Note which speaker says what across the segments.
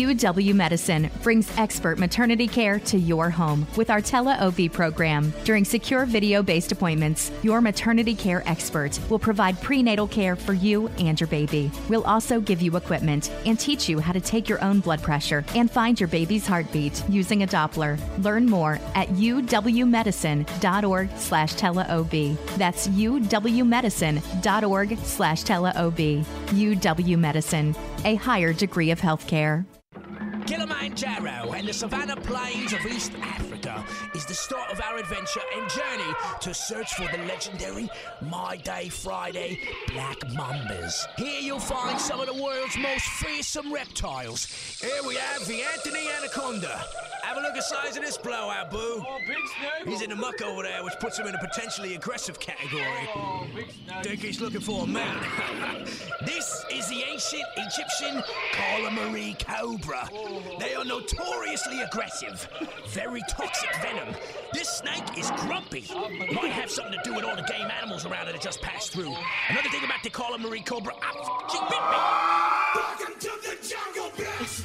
Speaker 1: UW Medicine brings expert maternity care to your home with our Tele OB program. During secure video based appointments, your maternity care expert will provide prenatal care for you and your baby. We'll also give you equipment and teach you how to take your own blood pressure and find your baby's heartbeat using a Doppler. Learn more at uwmedicine.org slash teleob. That's uwmedicine.org slash teleob. UW Medicine, a higher degree of health care.
Speaker 2: Kilimanjaro and the savannah plains of East Africa is the start of our adventure and journey to search for the legendary My Day Friday Black Mambas. Here you'll find some of the world's most fearsome reptiles. Here we have the Anthony Anaconda. Have a look at the size of this blowout, boo. He's in the muck over there, which puts him in a potentially aggressive category. Think he's looking for a mate. this is the ancient Egyptian Carla Marie Cobra. They are notoriously aggressive. Very toxic venom. This snake is grumpy. Might have something to do with all the game animals around it that just passed through. Another thing about the Carla Marie Cobra, ah, she bit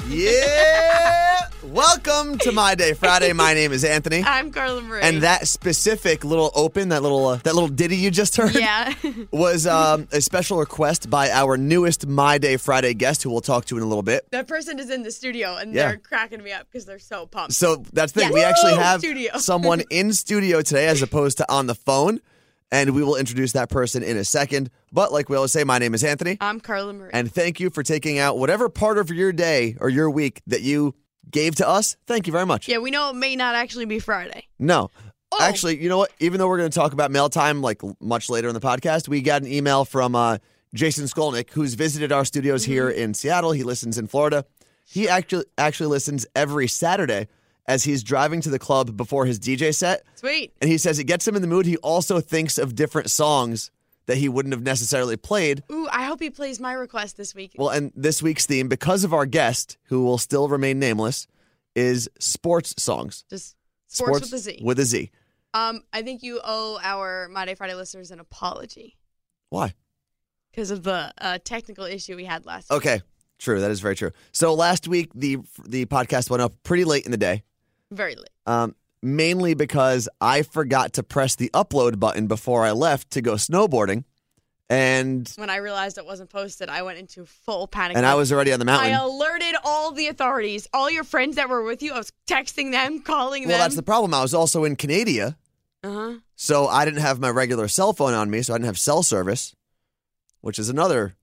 Speaker 3: Yeah. Welcome to my day Friday. My name is Anthony.
Speaker 4: I'm Carla Marie.
Speaker 3: and that specific little open, that little uh, that little ditty you just heard,
Speaker 4: Yeah.
Speaker 3: was um, a special request by our newest My Day Friday guest, who we'll talk to in a little bit.
Speaker 4: that person is in the studio and
Speaker 3: Yeah.
Speaker 4: they're cracking me up because they're so pumped.
Speaker 3: So that's the thing.
Speaker 4: Yeah.
Speaker 3: We actually
Speaker 4: Woo!
Speaker 3: have
Speaker 4: Studio.
Speaker 3: someone in studio today as opposed to on the phone, and we will introduce that person in a second. But like we always say, my name is Anthony,
Speaker 4: I'm Carla Marie.
Speaker 3: and thank you for taking out whatever part of your day or your week that you gave to us. Thank you very much.
Speaker 4: yeah, we know it may not actually be Friday.
Speaker 3: No.
Speaker 4: Oh.
Speaker 3: Actually, you know what? Even though we're going to talk about mail time like l- much later in the podcast, we got an email from uh, Jason Skolnick, who's visited our studios
Speaker 4: Mm-hmm.
Speaker 3: here in Seattle. He listens in Florida. He actually actually listens every Saturday as he's driving to the club before his DJ set,
Speaker 4: Sweet.
Speaker 3: and he says it gets him in the mood. He also thinks of different songs that he wouldn't have necessarily played.
Speaker 4: Ooh, I hope he plays my request this week.
Speaker 3: Well, and this week's theme, because of our guest who will still remain nameless, is sports songs.
Speaker 4: Just sports, with a Z.
Speaker 3: With a Z.
Speaker 4: um, I think you owe our My Day Friday listeners an apology
Speaker 3: Why?
Speaker 4: because of the uh, technical issue we had last.
Speaker 3: Okay, true. That is very true. So last week the the podcast went up pretty late in the day,
Speaker 4: Week. Very late.
Speaker 3: um, mainly because I forgot to press the upload button before I left to go snowboarding, and
Speaker 4: When I realized it wasn't posted, I went into full panic.
Speaker 3: and I
Speaker 4: mode.
Speaker 3: was already on the
Speaker 4: I
Speaker 3: mountain.
Speaker 4: alerted all the authorities, all your friends that were with you. I was texting them, calling them.
Speaker 3: Well, that's the problem. I was also in Canada,
Speaker 4: Uh-huh.
Speaker 3: so I didn't have my regular cell phone on me, so I didn't have cell service, which is another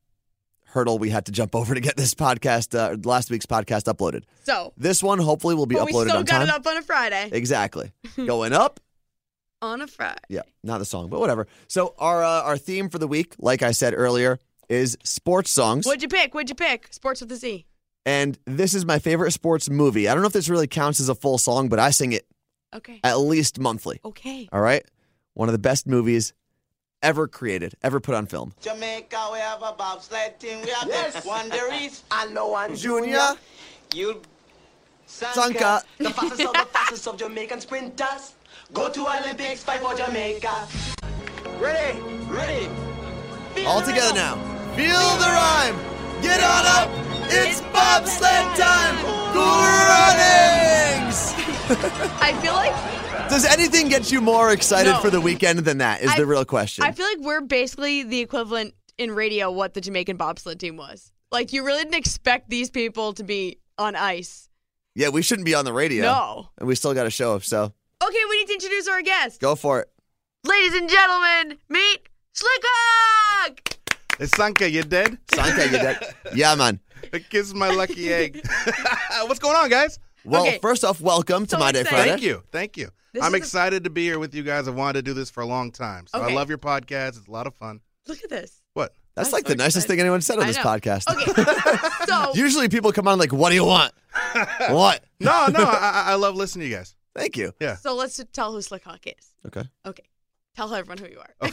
Speaker 3: hurdle we had to jump over to get this podcast, uh, last week's podcast uploaded.
Speaker 4: So,
Speaker 3: This one hopefully will be
Speaker 4: but we
Speaker 3: uploaded
Speaker 4: still
Speaker 3: on
Speaker 4: got
Speaker 3: time.
Speaker 4: it up on a Friday.
Speaker 3: Exactly, going up.
Speaker 4: on a Friday.
Speaker 3: Yeah, not the song, but whatever. So our uh, our theme for the week, like I said earlier, is sports songs,
Speaker 4: What'd you pick? What'd you pick? Sports with a Z.
Speaker 3: and this is my favorite sports movie. I don't know if this really counts as a full song, but I sing it
Speaker 4: Okay.
Speaker 3: at least monthly.
Speaker 4: Okay.
Speaker 3: All right, one of the best movies ever created, ever put on film.
Speaker 5: Jamaica, we have a bobsled team. We have the Wanderers. I know one
Speaker 3: Junior,
Speaker 5: You.
Speaker 3: Sanka.
Speaker 5: The fastest of the fastest of Jamaican sprinters. Go to Olympics, fight for Jamaica. Ready? Ready. Feel
Speaker 3: all
Speaker 5: the
Speaker 3: together
Speaker 5: rhythm.
Speaker 3: now. Feel the rhyme. Get on up. It's bobsled time. Good runnings.
Speaker 4: I feel like
Speaker 3: Does anything get you more excited
Speaker 4: No.
Speaker 3: for the weekend than that? Is
Speaker 4: I-
Speaker 3: the real question.
Speaker 4: I feel like we're basically the equivalent in radio what the Jamaican bobsled team was. Like you really didn't expect these people to be on ice.
Speaker 3: Yeah, we shouldn't be on the radio.
Speaker 4: No.
Speaker 3: And we still got a show, so
Speaker 4: Okay, we need to introduce our guest.
Speaker 3: go for it.
Speaker 4: Ladies and gentlemen, meet Slickog!
Speaker 6: It's Sanka, you dead?
Speaker 3: Sanka, you dead? Yeah, man.
Speaker 6: Kiss my lucky egg. What's going on, guys?
Speaker 3: Well,
Speaker 4: Okay.
Speaker 3: first off, welcome to
Speaker 4: So
Speaker 3: My Day
Speaker 4: excited.
Speaker 3: Friday.
Speaker 6: Thank you. Thank you.
Speaker 4: This
Speaker 6: I'm
Speaker 4: is a-
Speaker 6: excited to be here with you guys. I've wanted to do this for a long time. So
Speaker 4: Okay.
Speaker 6: I love your podcast. It's a lot of fun.
Speaker 4: Look at this.
Speaker 6: What?
Speaker 3: That's
Speaker 4: I'm
Speaker 3: like
Speaker 4: so
Speaker 3: the nicest
Speaker 4: excited.
Speaker 3: thing anyone said on
Speaker 4: I
Speaker 3: this
Speaker 4: know.
Speaker 3: podcast.
Speaker 4: Okay. so
Speaker 3: Usually people come on like, what do you want? what?
Speaker 6: No, no, I, I- I love listening to you guys.
Speaker 3: Thank you.
Speaker 4: so let's tell who Slickog is.
Speaker 3: Okay.
Speaker 4: Okay. Tell everyone who you are.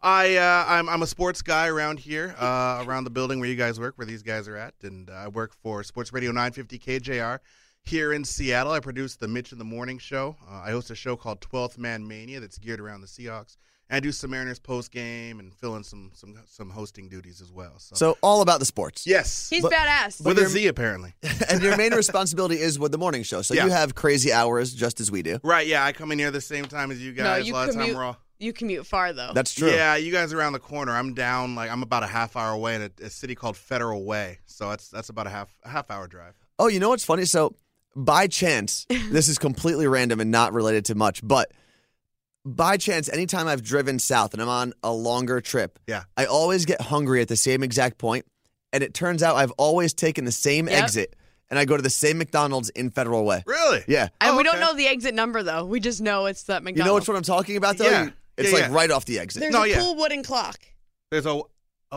Speaker 6: I, uh, I'm, I'm a sports guy around here, uh, around the building where you guys work, where these guys are at. And uh, I work for Sports Radio 950 KJR here in Seattle. I produce the Mitch in the Morning show. Uh, I host a show called 12th Man Mania that's geared around the Seahawks And I do some Mariners post game and fill in some some some hosting duties as well. So,
Speaker 3: So all about the sports.
Speaker 6: yes,
Speaker 4: He's
Speaker 3: But-
Speaker 4: badass.
Speaker 6: with a
Speaker 3: you're-
Speaker 6: Z apparently.
Speaker 3: and your main responsibility is with the morning show. So
Speaker 6: Yeah.
Speaker 3: you have crazy hours just as we do.
Speaker 6: right? Yeah, I come in here the same time as you guys.
Speaker 4: you
Speaker 6: a lot of time
Speaker 4: commute-
Speaker 6: we're all.
Speaker 4: you commute far though.
Speaker 3: That's true.
Speaker 6: Yeah, you guys are around the corner. I'm down like I'm about a half hour away in a, a city called Federal Way, so that's that's about a half a half hour drive.
Speaker 3: Oh, you know what's funny? So by chance, this is completely random and not related to much, but by chance, anytime I've driven south and I'm on a longer trip,
Speaker 6: Yeah.
Speaker 3: I always get hungry at the same exact point, and it turns out I've always taken the same
Speaker 4: Yep.
Speaker 3: exit, and I go to the same McDonald's in Federal Way.
Speaker 6: Really?
Speaker 3: Yeah,
Speaker 4: and
Speaker 6: Oh,
Speaker 4: we don't
Speaker 6: okay.
Speaker 4: know the exit number though. We just know it's that
Speaker 3: you know
Speaker 4: McDonald's.
Speaker 3: which one I'm talking about though.
Speaker 6: Yeah.
Speaker 3: You- It's
Speaker 6: Yeah,
Speaker 3: like
Speaker 6: yeah.
Speaker 3: right off the exit.
Speaker 4: There's
Speaker 6: No,
Speaker 4: a
Speaker 6: yeah.
Speaker 4: cool wooden clock.
Speaker 6: There's a oh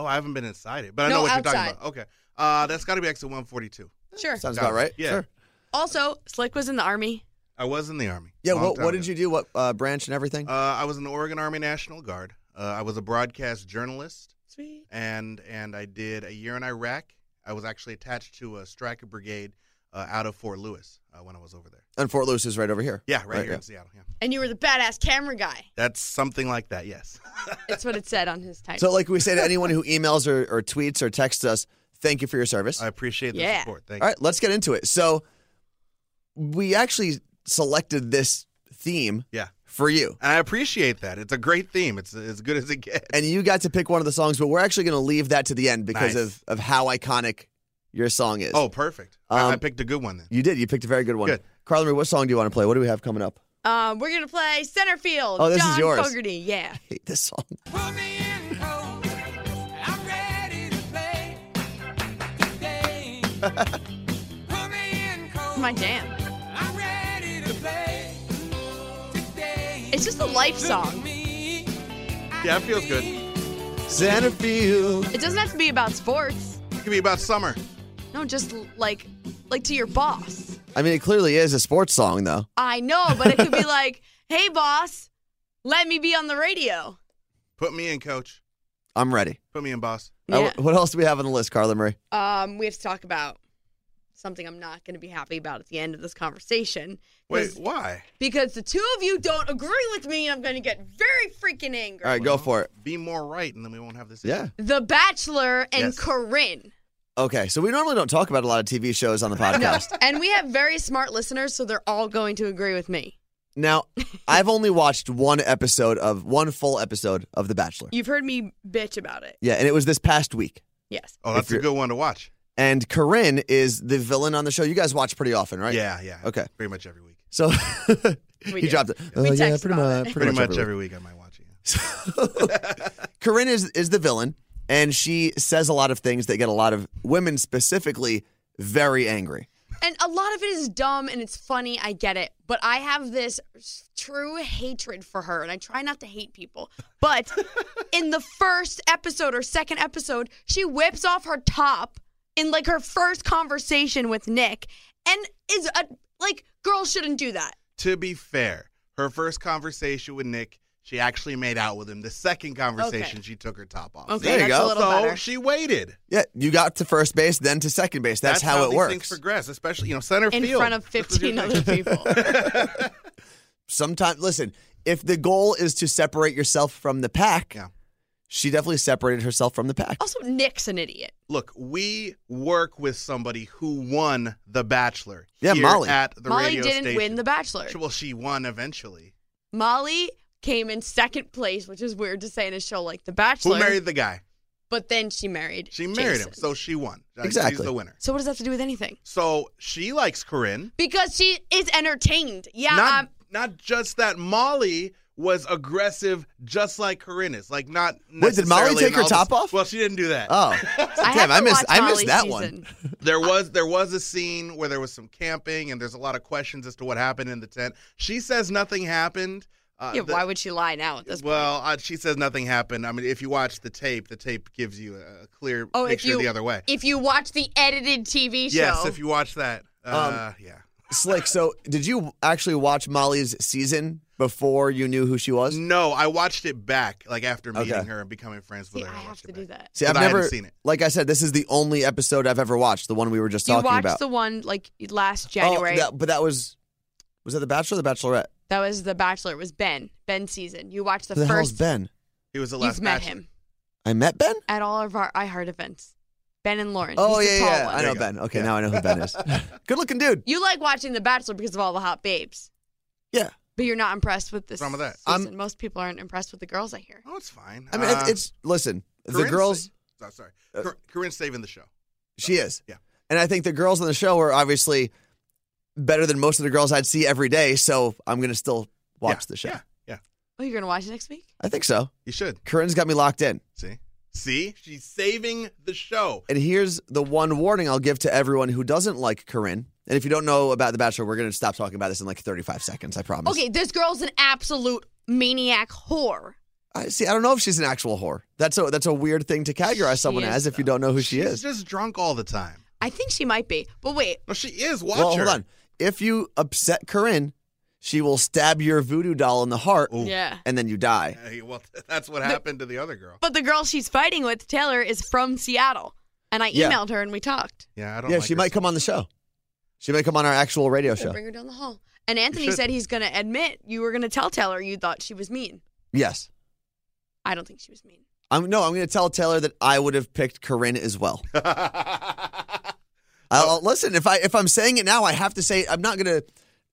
Speaker 6: I haven't been inside it, but I
Speaker 4: No,
Speaker 6: know what you're
Speaker 4: outside.
Speaker 6: talking about. Okay, uh, that's got to be exit 142.
Speaker 4: Sure.
Speaker 3: Sounds about right.
Speaker 6: Yeah.
Speaker 3: Sure.
Speaker 4: Also, Slick was in the army.
Speaker 6: I was in the army.
Speaker 3: Yeah.
Speaker 6: Long
Speaker 3: What,
Speaker 6: time
Speaker 3: what did
Speaker 6: ago.
Speaker 3: you do? What uh, branch and everything?
Speaker 6: Uh, I was in the Oregon Army National Guard. Uh, I was a broadcast journalist,
Speaker 4: Sweet.
Speaker 6: and and I did a year in Iraq. I was actually attached to a striker brigade uh, out of Fort Lewis uh, when I was over there.
Speaker 3: and Fort Lewis is right over here.
Speaker 6: Yeah, right, here
Speaker 3: yeah.
Speaker 6: in Seattle. Yeah,
Speaker 4: And you were the badass camera guy.
Speaker 6: that's something like that. Yes.
Speaker 4: That's what it said on his type.
Speaker 3: So, like we say to anyone who emails or, or tweets or texts us, thank you for your service.
Speaker 6: I appreciate the
Speaker 4: Yeah.
Speaker 6: support. Thank
Speaker 3: All right, let's get into it. So, we actually selected this theme
Speaker 6: you. Yeah.
Speaker 3: for you,
Speaker 6: And I appreciate that. It's a great theme. It's as good as it gets.
Speaker 3: and you got to pick one of the songs, but we're actually going to leave that to the end because
Speaker 6: Nice.
Speaker 3: of, of how iconic your song is.
Speaker 6: oh, perfect. I- I,
Speaker 3: Um,
Speaker 6: picked a good one then.
Speaker 3: you did. You picked a very good one.
Speaker 6: Good.
Speaker 3: Carla Marie, what song do you want to play? What do we have coming up?
Speaker 4: um, we're gonna play center field.
Speaker 3: Oh, this is
Speaker 4: John
Speaker 3: yours.
Speaker 4: Fogerty. Yeah.
Speaker 3: I hate this song.
Speaker 7: Put me in cold. I'm ready to play today. Put me in cold.
Speaker 4: My jam.
Speaker 7: I'm ready to play today.
Speaker 4: It's just a life song.
Speaker 7: me.
Speaker 6: Yeah, it feels good. It
Speaker 3: Centerfield.
Speaker 4: It doesn't have to be about sports.
Speaker 6: could be about summer.
Speaker 4: No, just like like to your boss.
Speaker 3: I mean, it clearly is a sports song, though.
Speaker 4: I know, but it could be like, "Hey boss, let me be on the radio."
Speaker 6: Put me in, coach.
Speaker 3: I'm ready.
Speaker 6: Put me in, boss.
Speaker 3: Uh, what else do we have on the list, Carla Marie?
Speaker 4: Um, we have to talk about something I'm not going to be happy about at the end of this conversation.
Speaker 6: Wait,
Speaker 4: 'Cause-
Speaker 6: why?
Speaker 4: Because the two of you don't agree with me, and I'm going to get very freaking angry.
Speaker 3: All right, go for it.
Speaker 6: Be more right, and then we won't have this. issue.
Speaker 3: Yeah.
Speaker 4: The Bachelor and
Speaker 6: Yes.
Speaker 4: Corinne.
Speaker 3: Okay, so we normally don't talk about a lot of TV shows on the podcast.
Speaker 4: and we have very smart listeners, so they're all going to agree with me.
Speaker 3: Now, I've only watched one episode of one full episode of The Bachelor.
Speaker 4: You've heard me bitch about it.
Speaker 3: Yeah, and it was this past week.
Speaker 4: Yes.
Speaker 6: Oh,
Speaker 3: If
Speaker 6: that's a
Speaker 3: you're-
Speaker 6: good one to watch.
Speaker 3: And Corinne is the villain on the show. You guys watch pretty often, right?
Speaker 6: Yeah, yeah.
Speaker 3: Okay.
Speaker 6: Pretty much every week.
Speaker 3: So he
Speaker 4: We do.
Speaker 3: dropped it. Uh,
Speaker 4: We
Speaker 3: yeah,
Speaker 4: text
Speaker 3: pretty
Speaker 4: about
Speaker 3: much,
Speaker 4: it.
Speaker 6: Pretty, much,
Speaker 3: every
Speaker 6: every week I might watch it. yeah.
Speaker 3: Corinne is is the villain, and she says a lot of things that get a lot of women specifically very angry.
Speaker 4: And a lot of it is dumb and it's funny. I get it. But I have this s- true hatred for her, and I try not to hate people. But in the first episode or second episode, she whips off her top in like her first conversation with Nick and is a, like, girls shouldn't do that.
Speaker 6: To be fair, her first conversation with Nick, she actually made out with him. The second conversation, she took her top off.
Speaker 4: Okay,
Speaker 3: There you
Speaker 4: that's
Speaker 3: go.
Speaker 4: a little
Speaker 6: so
Speaker 4: better.
Speaker 6: she waited.
Speaker 3: Yeah, you got to first base, then to second base. That's, how, it
Speaker 6: these
Speaker 3: works.
Speaker 6: Things progress, especially you know center
Speaker 4: in
Speaker 6: field
Speaker 4: front of
Speaker 6: That's what you're
Speaker 4: 15 other people.
Speaker 3: Sometimes, listen, if the goal is to separate yourself from the pack,
Speaker 6: Yeah.
Speaker 3: she definitely separated herself from the pack.
Speaker 4: also, Nick's an idiot.
Speaker 6: look, we work with somebody who won The Bachelor.
Speaker 3: Yeah,
Speaker 6: here
Speaker 3: Molly.
Speaker 6: At the
Speaker 4: Molly
Speaker 6: radio
Speaker 4: didn't
Speaker 6: station.
Speaker 4: win The Bachelor.
Speaker 6: Well, she won eventually.
Speaker 4: Molly came in second place, which is weird to say in a show like The Bachelor.
Speaker 6: Who married the guy?
Speaker 4: But then she married.
Speaker 6: She married
Speaker 4: Jason.
Speaker 6: him, so she won. Like,
Speaker 3: Exactly.
Speaker 6: She's the winner.
Speaker 4: So what does that have to do with anything?
Speaker 6: So she likes Corinne.
Speaker 4: Because she is entertained. Yeah.
Speaker 6: not
Speaker 4: um,
Speaker 6: not just that Molly was aggressive, just like Corinne is. Like not.
Speaker 3: Wait, did Molly
Speaker 6: necessarily
Speaker 3: take
Speaker 6: in
Speaker 3: her
Speaker 6: all
Speaker 3: top
Speaker 6: this-
Speaker 3: off?
Speaker 6: Well, she didn't do that.
Speaker 3: Oh,
Speaker 4: I
Speaker 3: damn!
Speaker 4: have
Speaker 3: I
Speaker 4: to
Speaker 3: missed.
Speaker 4: watch
Speaker 3: I missed
Speaker 4: Molly's
Speaker 3: that
Speaker 4: season.
Speaker 3: one.
Speaker 6: There was there was a scene where there was some camping and there's a lot of questions as to what happened in the tent. She says nothing happened. Uh,
Speaker 4: Yeah,
Speaker 6: the-
Speaker 4: why would she lie now at this point?
Speaker 6: Well, uh, she says nothing happened. I mean, if you watch the tape, the tape gives you a a clear
Speaker 4: Oh, if
Speaker 6: picture
Speaker 4: you
Speaker 6: the other way.
Speaker 4: If you watch the edited TV show,
Speaker 6: Yes, if you watch that. Uh,
Speaker 3: Um,
Speaker 6: yeah.
Speaker 3: Slick. So, did you actually watch Molly's season before you knew who she was?
Speaker 6: No, I watched it back, like after meeting
Speaker 3: Okay.
Speaker 6: her and becoming friends
Speaker 4: see,
Speaker 6: with
Speaker 4: I
Speaker 6: her.
Speaker 4: have
Speaker 6: watched
Speaker 4: to
Speaker 6: it
Speaker 4: do
Speaker 6: back.
Speaker 4: that.
Speaker 3: See,
Speaker 6: But
Speaker 3: I've
Speaker 6: I hadn't
Speaker 3: never
Speaker 6: seen it.
Speaker 3: Like I said, this is the only episode I've ever watched. The one we were just
Speaker 4: You
Speaker 3: talking
Speaker 4: watched
Speaker 3: about.
Speaker 4: the one like last
Speaker 3: Oh,
Speaker 4: January.
Speaker 3: that- but that was was that The Bachelor, or The Bachelorette?
Speaker 4: That was The Bachelor. It was Ben. Ben season. You watched the
Speaker 3: Who the hell's
Speaker 4: first.
Speaker 3: Ben?
Speaker 6: He was the
Speaker 4: You've
Speaker 6: last
Speaker 4: met
Speaker 6: batch-
Speaker 4: him
Speaker 3: I met Ben.
Speaker 4: at all of our iHeart events. Ben and Lauren.
Speaker 3: Oh
Speaker 4: He's
Speaker 3: yeah,
Speaker 4: the tall
Speaker 3: yeah.
Speaker 4: One.
Speaker 3: I know
Speaker 6: go.
Speaker 3: Ben. Okay,
Speaker 6: Yeah.
Speaker 3: now I know who Ben is. Good looking dude.
Speaker 4: You like watching The Bachelor because of all the hot babes,
Speaker 3: Yeah.
Speaker 4: but you're not impressed with this.
Speaker 6: wrong with that?
Speaker 4: Season. Most people aren't impressed with the girls. I hear.
Speaker 6: Oh, it's fine.
Speaker 3: I mean,
Speaker 6: Uh,
Speaker 3: it's, it's listen. The
Speaker 6: Corinne's
Speaker 3: girls. Uh,
Speaker 6: sa- oh, sorry, Cor- Corinne's saving the show.
Speaker 3: She is.
Speaker 6: Oh, Yeah.
Speaker 3: And I think the girls on the show are obviously better than most of the girls I'd see every day. So I'm going to still watch
Speaker 6: Yeah,
Speaker 3: the show.
Speaker 6: Yeah, yeah.
Speaker 4: Oh, you're gonna watch it next week?
Speaker 3: I think so.
Speaker 6: You should
Speaker 3: Corinne's got me locked in.
Speaker 6: see. See, she's saving the show.
Speaker 3: And here's the one warning I'll give to everyone who doesn't like Corinne. And if you don't know about The Bachelor, we're going to stop talking about this in like 35 seconds. I promise.
Speaker 4: Okay, this girl's an absolute maniac whore.
Speaker 3: I see. I don't know if she's an actual whore. That's a that's a weird thing to categorize someone
Speaker 4: is,
Speaker 3: as if you don't know who she
Speaker 6: She's
Speaker 3: is.
Speaker 6: just drunk all the time.
Speaker 4: I think she might be, but wait.
Speaker 6: No, she is. Watch
Speaker 3: well,
Speaker 6: her.
Speaker 3: hold on. If you upset Corinne, she will stab your voodoo doll in the heart,
Speaker 6: Ooh.
Speaker 4: Yeah.
Speaker 3: and then you die.
Speaker 6: Hey, well, that's what happened to the other girl.
Speaker 4: But the girl she's fighting with, Taylor, is from Seattle, and I
Speaker 3: Yeah.
Speaker 4: emailed her and we talked.
Speaker 6: Yeah, I don't.
Speaker 3: Yeah,
Speaker 6: like
Speaker 3: she
Speaker 6: her
Speaker 3: might come on the show. She might come on our actual radio
Speaker 4: We'll
Speaker 3: show.
Speaker 4: Bring her down the hall. And Anthony
Speaker 6: should.
Speaker 4: said he's gonna admit you were gonna tell Taylor you thought she was mean.
Speaker 3: Yes.
Speaker 4: I don't think she was mean.
Speaker 3: I'm no, I'm going to tell Taylor that I would have picked Corinne as well.
Speaker 6: so-
Speaker 3: I'll, I'll- listen, if I if I'm saying it now, I have to say I'm not going to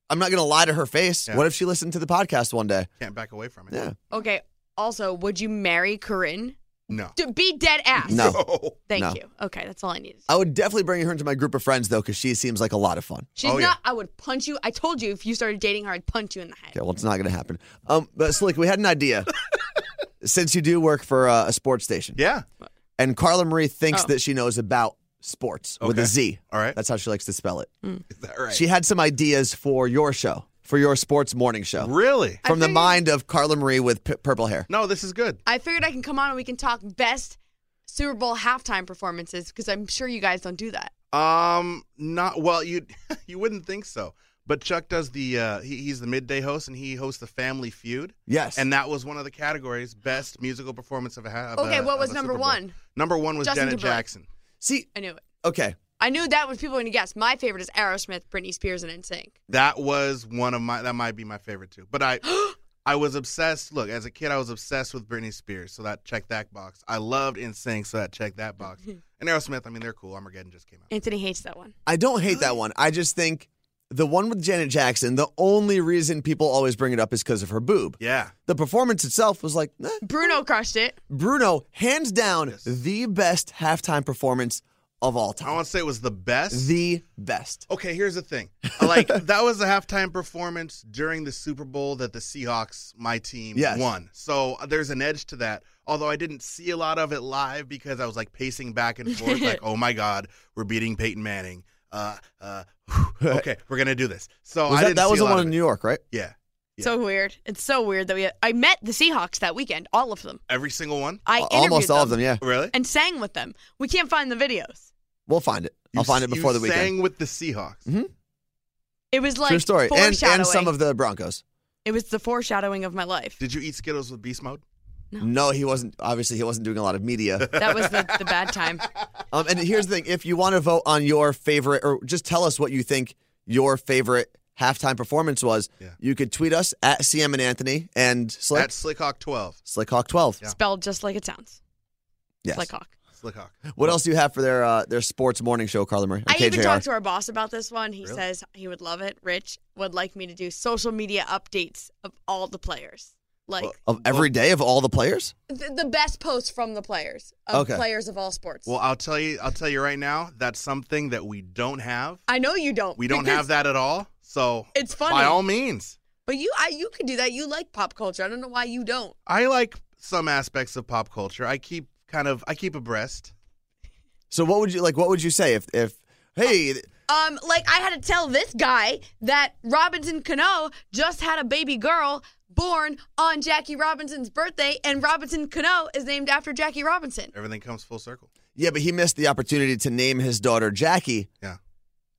Speaker 3: I'm not going to lie to her face.
Speaker 6: Yeah.
Speaker 3: What if she listened to the podcast one day?
Speaker 6: Can't back away from it.
Speaker 3: Yeah.
Speaker 4: Okay. Also, would you marry Corinne?
Speaker 6: No.
Speaker 4: D- be dead ass.
Speaker 3: No.
Speaker 6: Oh.
Speaker 4: Thank
Speaker 3: No.
Speaker 4: you. Okay, that's all I needed.
Speaker 3: I would definitely bring her into my group of friends though cuz she seems like a lot of fun.
Speaker 4: She's
Speaker 6: Oh, yeah.
Speaker 4: not. I would punch you. I told you if you started dating her, I'd punch you in the head.
Speaker 3: Okay, well it's not going to happen. Um but Slick, we had an idea. Since you do work for uh, a sports station.
Speaker 6: Yeah.
Speaker 3: And Carla Marie thinks
Speaker 4: Oh.
Speaker 3: that she knows about sports with a
Speaker 6: Okay.
Speaker 3: Z.
Speaker 6: All right.
Speaker 3: That's how she likes to spell it.
Speaker 6: Is that right?
Speaker 3: She had some ideas for your show, for your sports morning show,
Speaker 6: really?
Speaker 3: from the mind of Carla Marie with p- purple hair.
Speaker 6: No, this is good.
Speaker 4: I figured I can come on and we can talk best Super Bowl halftime performances because I'm sure you guys don't do that.
Speaker 6: Um, not well. You you wouldn't think so, but Chuck does the. Uh, he, he's the midday host, and he hosts the Family Feud,
Speaker 3: Yes,
Speaker 6: and that was one of the categories: best musical performance of a. ha- Of
Speaker 4: Okay,
Speaker 6: a-
Speaker 4: what
Speaker 6: of
Speaker 4: was
Speaker 6: a
Speaker 4: number
Speaker 6: Super Bowl.
Speaker 4: one?
Speaker 6: Number one was
Speaker 4: Justin
Speaker 6: Janet
Speaker 4: Timberlake.
Speaker 6: Jackson.
Speaker 3: see,
Speaker 4: I knew it.
Speaker 3: okay,
Speaker 4: I knew that was people were going to guess. My favorite is Aerosmith, Britney Spears, and NSYNC.
Speaker 6: That was one of my. That might be my favorite too. But I. I was obsessed. Look, as a kid, I was obsessed with Britney Spears, so that checked that box. I loved NSYNC, so that checked that box. And Aerosmith, I mean, they're cool. Armageddon just came out.
Speaker 4: Anthony hates that one.
Speaker 3: I don't hate that one. I just think the one with Janet Jackson. The only reason people always bring it up is because of her boob.
Speaker 6: Yeah,
Speaker 3: The performance itself was like, eh.
Speaker 4: Bruno crushed it.
Speaker 3: Bruno, hands down,
Speaker 6: Yes.
Speaker 3: the best halftime performance of all
Speaker 6: I
Speaker 3: time.
Speaker 6: want to say it was the best.
Speaker 3: The best.
Speaker 6: Okay, here's the thing. Like that was a halftime performance during the Super Bowl that the Seahawks, my team,
Speaker 3: Yes.
Speaker 6: won. So uh, there's an edge to that. Although I didn't see a lot of it live because I was like pacing back and forth, like, "Oh my God, we're beating Peyton Manning." Uh, uh, whew, okay, we're gonna do this. So
Speaker 3: Was
Speaker 6: Oh, I
Speaker 3: that,
Speaker 6: didn't
Speaker 3: that
Speaker 6: see
Speaker 3: was the
Speaker 6: a lot
Speaker 3: one
Speaker 6: of
Speaker 3: in
Speaker 6: it.
Speaker 3: New York, right?
Speaker 6: Yeah, Yeah.
Speaker 4: So weird. It's so weird that we. I met the Seahawks that weekend. All of them.
Speaker 6: every single one.
Speaker 4: I
Speaker 3: Al-
Speaker 4: interviewed
Speaker 3: Almost all of them. Yeah,
Speaker 6: Really?
Speaker 4: and sang with them. We can't find the videos.
Speaker 3: we'll find it.
Speaker 6: You
Speaker 3: I'll find
Speaker 6: s-
Speaker 3: it before
Speaker 6: you
Speaker 3: the weekend. Mm-hmm.
Speaker 6: Sang with the Seahawks.
Speaker 4: It was like
Speaker 3: True story. And
Speaker 4: foreshadowing.
Speaker 3: and some of the Broncos.
Speaker 4: it was the foreshadowing of my life.
Speaker 6: Did you eat Skittles with Beast Mode?
Speaker 3: No, he wasn't. Obviously, he wasn't doing a lot of media.
Speaker 4: That was the, the bad time.
Speaker 3: Um, and here's the thing: if you want to vote on your favorite, or just tell us what you think your favorite halftime performance was,
Speaker 6: Yeah.
Speaker 3: you could tweet us at CM and Anthony and Slick
Speaker 6: At Slickhawk twelve.
Speaker 3: Slickhawk twelve.
Speaker 6: Yeah.
Speaker 4: Spelled just like it sounds.
Speaker 3: Yes.
Speaker 4: Like hawk.
Speaker 6: Slickhawk.
Speaker 3: What else do you have for their uh, their sports morning show, Carla Marie?
Speaker 4: I even
Speaker 3: KJR?
Speaker 4: talked to our boss about this one. He
Speaker 6: Really?
Speaker 4: says he would love it. Rich would like me to do social media updates of all the players. Like
Speaker 6: Well, uh,
Speaker 3: of every day of all the players.
Speaker 4: th- the best posts from the players of
Speaker 3: Okay.
Speaker 4: players of all sports.
Speaker 6: Well, I'll tell you. I'll tell you right now. That's something that we don't have.
Speaker 4: I know you don't.
Speaker 6: We don't
Speaker 4: because-
Speaker 6: have that at all. So
Speaker 4: It's funny.
Speaker 6: By all means,
Speaker 4: But you I you can do that. You like pop culture. I don't know why you don't.
Speaker 6: I like some aspects of pop culture. I keep kind of I keep abreast.
Speaker 3: So what would you like? What would you say if if hey th-
Speaker 4: Um, like I had to tell this guy that Robinson Cano just had a baby girl born on Jackie Robinson's birthday, and Robinson Cano is named after Jackie Robinson.
Speaker 6: Everything comes full circle.
Speaker 3: yeah, but he missed the opportunity to name his daughter Jackie
Speaker 6: Yeah.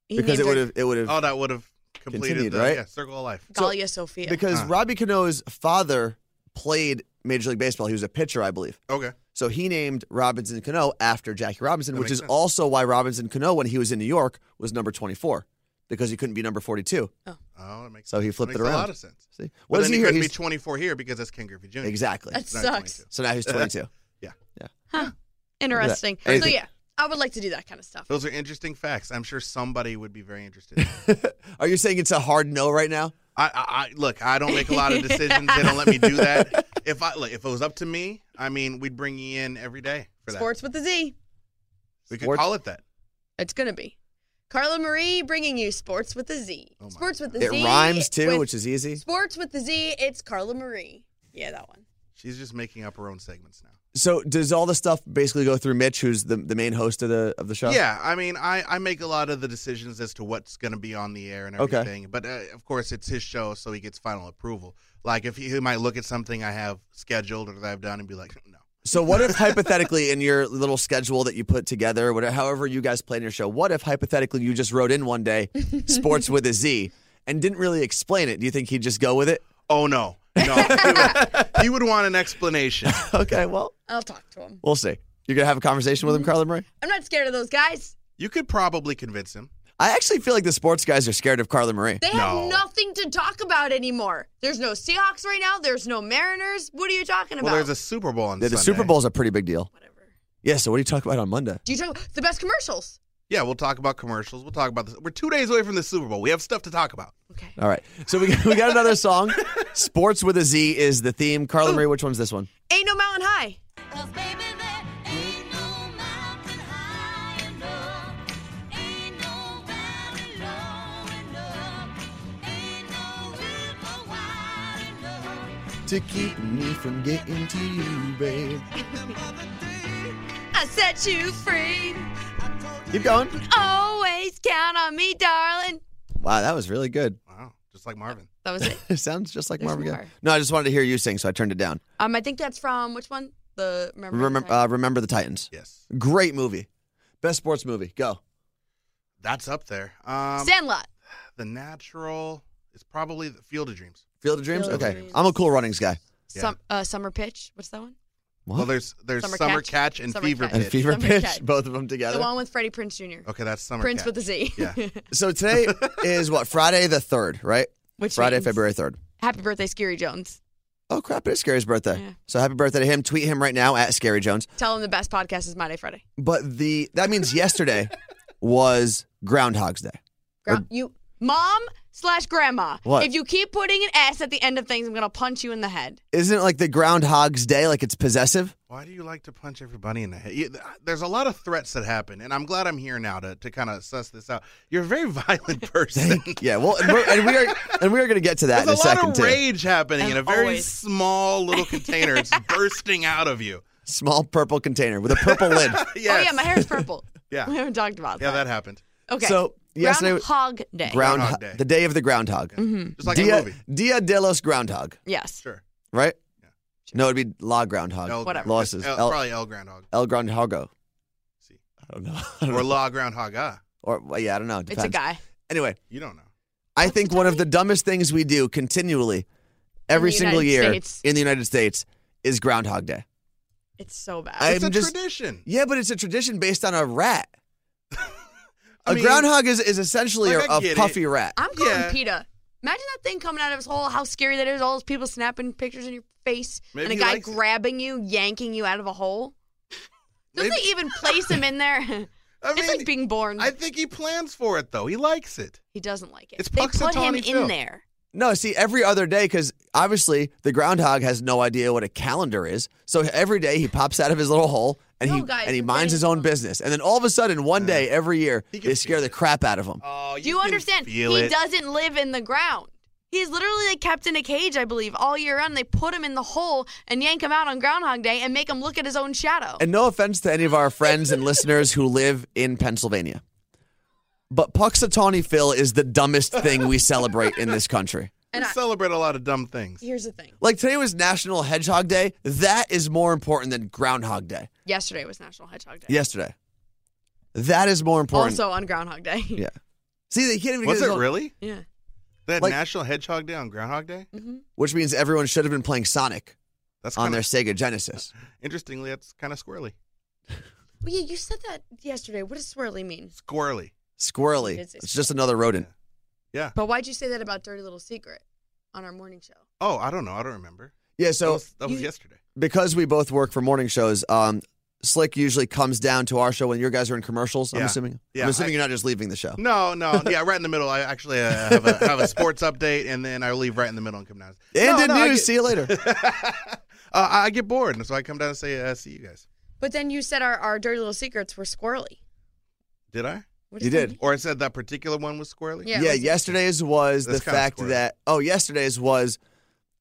Speaker 4: He
Speaker 3: because
Speaker 4: named
Speaker 3: it
Speaker 4: her
Speaker 3: would have it would have
Speaker 6: Oh, that would have completed
Speaker 3: Continued,
Speaker 6: the
Speaker 3: right?
Speaker 6: yeah, circle of life.
Speaker 4: Galia Sophia.
Speaker 3: because
Speaker 6: Ah.
Speaker 3: Robbie Cano's father played Major League Baseball. He was a pitcher, I believe.
Speaker 6: Okay.
Speaker 3: So he named Robinson Cano after Jackie Robinson,
Speaker 6: That
Speaker 3: which
Speaker 6: makes
Speaker 3: is
Speaker 6: sense.
Speaker 3: also why Robinson Cano, when he was in New York, was number 24 because he couldn't be number 42.
Speaker 6: Oh, that makes
Speaker 3: So he
Speaker 6: sense. That
Speaker 3: flipped it
Speaker 6: makes a
Speaker 3: around.
Speaker 6: lot of sense.
Speaker 3: See?
Speaker 6: But
Speaker 3: What does
Speaker 6: then
Speaker 3: he
Speaker 6: he
Speaker 3: hear?
Speaker 6: couldn't be
Speaker 3: He's,
Speaker 6: 24 here because that's Ken Griffey Jr.
Speaker 3: exactly.
Speaker 4: That
Speaker 6: not
Speaker 4: sucks.
Speaker 6: 22.
Speaker 3: So now he's 22.
Speaker 4: Interesting. So
Speaker 3: Anything-
Speaker 4: yeah, I would like to do that kind of stuff.
Speaker 6: Those are interesting facts. I'm sure somebody would be very interested.
Speaker 3: Are you saying it's a hard no right now?
Speaker 6: I, I, I look. I don't make a lot of decisions. they don't let me do that. If I look, if it was up to me, I mean, we'd bring you in every day for that.
Speaker 4: Sports with the Z.
Speaker 6: We could
Speaker 3: Sports.
Speaker 6: call it that.
Speaker 4: It's gonna be Carla Marie bringing you sports with the Z.
Speaker 6: Oh my
Speaker 4: sports with the
Speaker 3: It
Speaker 4: Z.
Speaker 3: rhymes too,
Speaker 4: with-
Speaker 3: which is easy.
Speaker 4: sports with the Z. It's Carla Marie. Yeah, that one.
Speaker 6: She's just making up her own segments now.
Speaker 3: So does all the stuff basically go through Mitch, who's the, the main host of the of the show?
Speaker 6: Yeah, I mean, I, I make a lot of the decisions as to what's going to be on the air and
Speaker 3: Okay.
Speaker 6: everything. But uh, of course, it's his show, so he gets final approval. Like if he, he might look at something I have scheduled or that I've done and be like, no.
Speaker 3: So what if hypothetically in your little schedule that you put together, whatever, however you guys plan your show, what if hypothetically you just wrote in one day sports with a Z and didn't really explain it? Do you think he'd just go with it?
Speaker 6: Oh no, no. he, would, he would want an explanation.
Speaker 3: Okay, well,
Speaker 4: I'll talk to him.
Speaker 3: we'll see. You're gonna have a conversation with him, Carla Murray.
Speaker 4: I'm not scared of those guys.
Speaker 6: You could probably convince him.
Speaker 3: I actually feel like the sports guys are scared of Carla Murray.
Speaker 4: They have
Speaker 6: No.
Speaker 4: nothing to talk about anymore. There's no Seahawks right now. There's no Mariners. What are you talking about?
Speaker 6: Well, there's a Super Bowl on
Speaker 3: Yeah, the
Speaker 6: Sunday.
Speaker 3: Super Bowl's a pretty big deal.
Speaker 4: Whatever.
Speaker 3: Yeah. So what do you talk about on Monday?
Speaker 4: Do you talk the best commercials?
Speaker 6: Yeah, we'll talk about commercials. We'll talk about this. We're two days away from the Super Bowl. We have stuff to talk about.
Speaker 4: Okay.
Speaker 3: All right. So we we got another song. Sports with a Z is the theme. Carla Marie, which one's this one?
Speaker 4: Ain't no mountain high.
Speaker 3: To keep me from getting to you, babe.
Speaker 4: I set you free.
Speaker 3: Keep going.
Speaker 4: Always count on me, darling.
Speaker 3: Wow, that was really good.
Speaker 6: Wow, just like Marvin.
Speaker 4: That was it.
Speaker 3: It sounds just like
Speaker 4: There's
Speaker 3: Marvin Gaye.
Speaker 4: more.
Speaker 3: No, I just wanted to hear you sing, so I turned it down.
Speaker 4: Um, I think that's from which one? The remember. the
Speaker 3: Remember,
Speaker 4: Titans?
Speaker 3: uh, remember the Titans.
Speaker 6: Yes,
Speaker 3: Great movie. Best sports movie. Go.
Speaker 6: that's up there. Um,
Speaker 4: Sandlot.
Speaker 6: the Natural is probably the Field of Dreams.
Speaker 3: Field of Dreams.
Speaker 4: Field of
Speaker 3: okay,
Speaker 4: Dreams.
Speaker 3: I'm a cool runnings guy.
Speaker 6: Yeah.
Speaker 4: Sum, uh, summer pitch. What's that one?
Speaker 3: What?
Speaker 6: Well, there's there's
Speaker 4: Summer
Speaker 6: Summer,
Speaker 4: Catch.
Speaker 6: catch. and
Speaker 4: Summer
Speaker 6: Fever
Speaker 4: Catch.
Speaker 3: and
Speaker 6: Pitch.
Speaker 3: Fever
Speaker 4: Summer
Speaker 3: Pitch,
Speaker 4: Catch.
Speaker 3: both of them together.
Speaker 4: The one with Freddie Prince Jr.
Speaker 6: Okay, that's Oh, Summer
Speaker 4: Prince
Speaker 6: Catch.
Speaker 4: with a Z.
Speaker 6: Yeah.
Speaker 3: So today is what Friday the third, right?
Speaker 4: Which
Speaker 3: Friday,
Speaker 4: means-
Speaker 3: February third.
Speaker 4: Happy birthday, Scary Jones.
Speaker 3: Oh crap! It is Scary's birthday.
Speaker 4: Yeah.
Speaker 3: So happy birthday to him. Tweet him right now at Scary Jones.
Speaker 4: Tell him the best podcast is My Day Friday.
Speaker 3: But the that means yesterday was Groundhog's Day.
Speaker 4: Gra- you mom slash grandma.
Speaker 3: What?
Speaker 4: If you keep putting an S at the end of things, I'm gonna punch you in the head.
Speaker 3: Isn't it like the Groundhog's Day? Like it's possessive.
Speaker 6: Why do you like to punch everybody in the head? You, th- uh, there's a lot of threats that happen, and I'm glad I'm here now to, to kind of suss this out. You're a very violent person.
Speaker 3: yeah. Well, and, we're, and we are and we are going to get to that
Speaker 6: There's a,
Speaker 3: in a,
Speaker 6: lot
Speaker 3: second
Speaker 6: of
Speaker 3: too.
Speaker 6: rage happening in
Speaker 4: As
Speaker 6: a very
Speaker 4: always.
Speaker 6: small little container. It's bursting out of you.
Speaker 3: Small purple container with a purple lid.
Speaker 4: Oh
Speaker 6: Yes.
Speaker 4: yeah, my hair's purple.
Speaker 6: Yeah.
Speaker 4: we haven't talked about
Speaker 6: Yeah,
Speaker 4: that.
Speaker 6: that happened.
Speaker 4: Okay.
Speaker 3: So yesterday,
Speaker 4: Groundhog Mm-hmm. Day.
Speaker 3: ground
Speaker 6: Groundhog Day.
Speaker 3: the day of the groundhog.
Speaker 6: Just like a
Speaker 3: Dia,
Speaker 6: movie.
Speaker 3: Dia de los Groundhog,
Speaker 4: yes.
Speaker 6: Sure.
Speaker 3: right? No, it'd be La Groundhog.
Speaker 6: El-
Speaker 4: Whatever.
Speaker 3: Losses.
Speaker 6: El-
Speaker 3: El-
Speaker 6: probably El Groundhog.
Speaker 3: El Groundhogo.
Speaker 6: See.
Speaker 3: I don't know. I don't
Speaker 6: Or
Speaker 3: know.
Speaker 6: La Groundhog. Ah,
Speaker 3: Or well, yeah, I don't know.
Speaker 4: It's a
Speaker 3: Depends.
Speaker 4: guy.
Speaker 3: Anyway,
Speaker 6: you don't know.
Speaker 3: I think one of the dumbest things we do continually every
Speaker 4: the
Speaker 3: single
Speaker 4: United
Speaker 3: year
Speaker 4: States.
Speaker 3: in the United States is Groundhog Day.
Speaker 4: It's so bad.
Speaker 3: I-
Speaker 6: It's
Speaker 3: I'm
Speaker 6: a
Speaker 3: just-
Speaker 6: tradition.
Speaker 3: Yeah, but it's a tradition based on a rat.
Speaker 6: I
Speaker 3: A
Speaker 6: mean,
Speaker 3: groundhog is, is essentially
Speaker 6: like, I
Speaker 3: a, a
Speaker 6: get
Speaker 3: puffy rat.
Speaker 4: I'm calling
Speaker 6: Yeah.
Speaker 4: PETA. Imagine that thing coming out of his hole, how scary that is. All those people snapping pictures in your face
Speaker 6: Maybe
Speaker 4: and a
Speaker 6: he
Speaker 4: guy
Speaker 6: likes it.
Speaker 4: grabbing you, yanking you out of a hole. Don't
Speaker 6: Maybe-
Speaker 4: they even place him in there?
Speaker 6: I
Speaker 4: it's
Speaker 6: mean,
Speaker 4: like being born.
Speaker 6: I think he plans for it though. He likes it.
Speaker 4: he doesn't like it.
Speaker 6: It's
Speaker 4: they put him
Speaker 6: Punxsutawney
Speaker 4: in
Speaker 6: Phil.
Speaker 4: there.
Speaker 3: No, see, every other day, because obviously the groundhog has no idea what a calendar is. So every day he pops out of his little hole and
Speaker 4: No,
Speaker 3: he
Speaker 4: guys,
Speaker 3: and he
Speaker 4: you're
Speaker 3: minds
Speaker 4: getting
Speaker 3: his own
Speaker 4: drunk.
Speaker 3: business. And then all of a sudden, one day every year,
Speaker 6: He can
Speaker 3: they scare
Speaker 6: feel
Speaker 3: the
Speaker 6: it.
Speaker 3: crap out of him.
Speaker 6: Oh,
Speaker 4: Do you
Speaker 6: can
Speaker 4: understand?
Speaker 6: Feel
Speaker 4: He
Speaker 6: it.
Speaker 4: doesn't live in the ground. He's literally like kept in a cage, I believe, all year round. They put him in the hole and yank him out on Groundhog Day and make him look at his own shadow.
Speaker 3: And no offense to any of our friends and listeners who live in Pennsylvania, but Puxatawny Phil is the dumbest thing we celebrate in this country.
Speaker 6: We
Speaker 4: And I-
Speaker 6: celebrate a lot of dumb things.
Speaker 4: Here's the thing.
Speaker 3: Like today was National Hedgehog Day. That is more important than Groundhog Day
Speaker 4: Yesterday was National Hedgehog Day.
Speaker 3: yesterday. That is more important.
Speaker 4: Also on Groundhog Day.
Speaker 3: yeah. See, they can't even
Speaker 6: Was
Speaker 3: get
Speaker 6: it
Speaker 3: his own-
Speaker 6: really?
Speaker 4: yeah.
Speaker 6: They had
Speaker 3: Like-
Speaker 6: National Hedgehog Day on Groundhog Day.
Speaker 3: which means everyone should have been playing Sonic
Speaker 6: That's
Speaker 3: on
Speaker 6: kind
Speaker 3: their
Speaker 6: of
Speaker 3: Sega Genesis.
Speaker 6: interestingly. That's kind of squirrely.
Speaker 4: Well, yeah, you said that yesterday. What does swirly mean?
Speaker 6: Squirrely.
Speaker 3: Squirrely.
Speaker 4: It is a
Speaker 3: It's just another rodent.
Speaker 6: Yeah.
Speaker 4: But why'd you say that about Dirty Little Secret on our morning show?
Speaker 6: Oh, I don't know. I don't remember.
Speaker 3: Yeah, so
Speaker 6: that was, that was yesterday.
Speaker 3: because we both work for morning shows, um, Slick usually comes down to our show when your guys are in commercials. I'm
Speaker 6: Yeah.
Speaker 3: assuming.
Speaker 6: Yeah,
Speaker 3: I'm assuming
Speaker 6: I-
Speaker 3: you're not just leaving the show.
Speaker 6: No, no, yeah, right in the middle. I actually uh, have, a, have a sports update, and then I leave right in the middle and come down.
Speaker 3: And
Speaker 6: no,
Speaker 3: in
Speaker 6: no, I
Speaker 3: news,
Speaker 6: get-
Speaker 3: see you later.
Speaker 6: uh, I get bored, and so I come down and say, uh, "See you guys."
Speaker 4: But then you said our, our Dirty Little Secrets were squirrely.
Speaker 6: Did I?
Speaker 4: What
Speaker 3: You
Speaker 4: does that
Speaker 3: did.
Speaker 4: mean?
Speaker 6: Or I said that particular one was squirrely.
Speaker 4: Yeah,
Speaker 3: Yeah,
Speaker 4: it was-
Speaker 3: yesterday's was
Speaker 6: That's
Speaker 3: the
Speaker 6: kinda
Speaker 3: fact
Speaker 6: squirrely.
Speaker 3: that oh, yesterday's was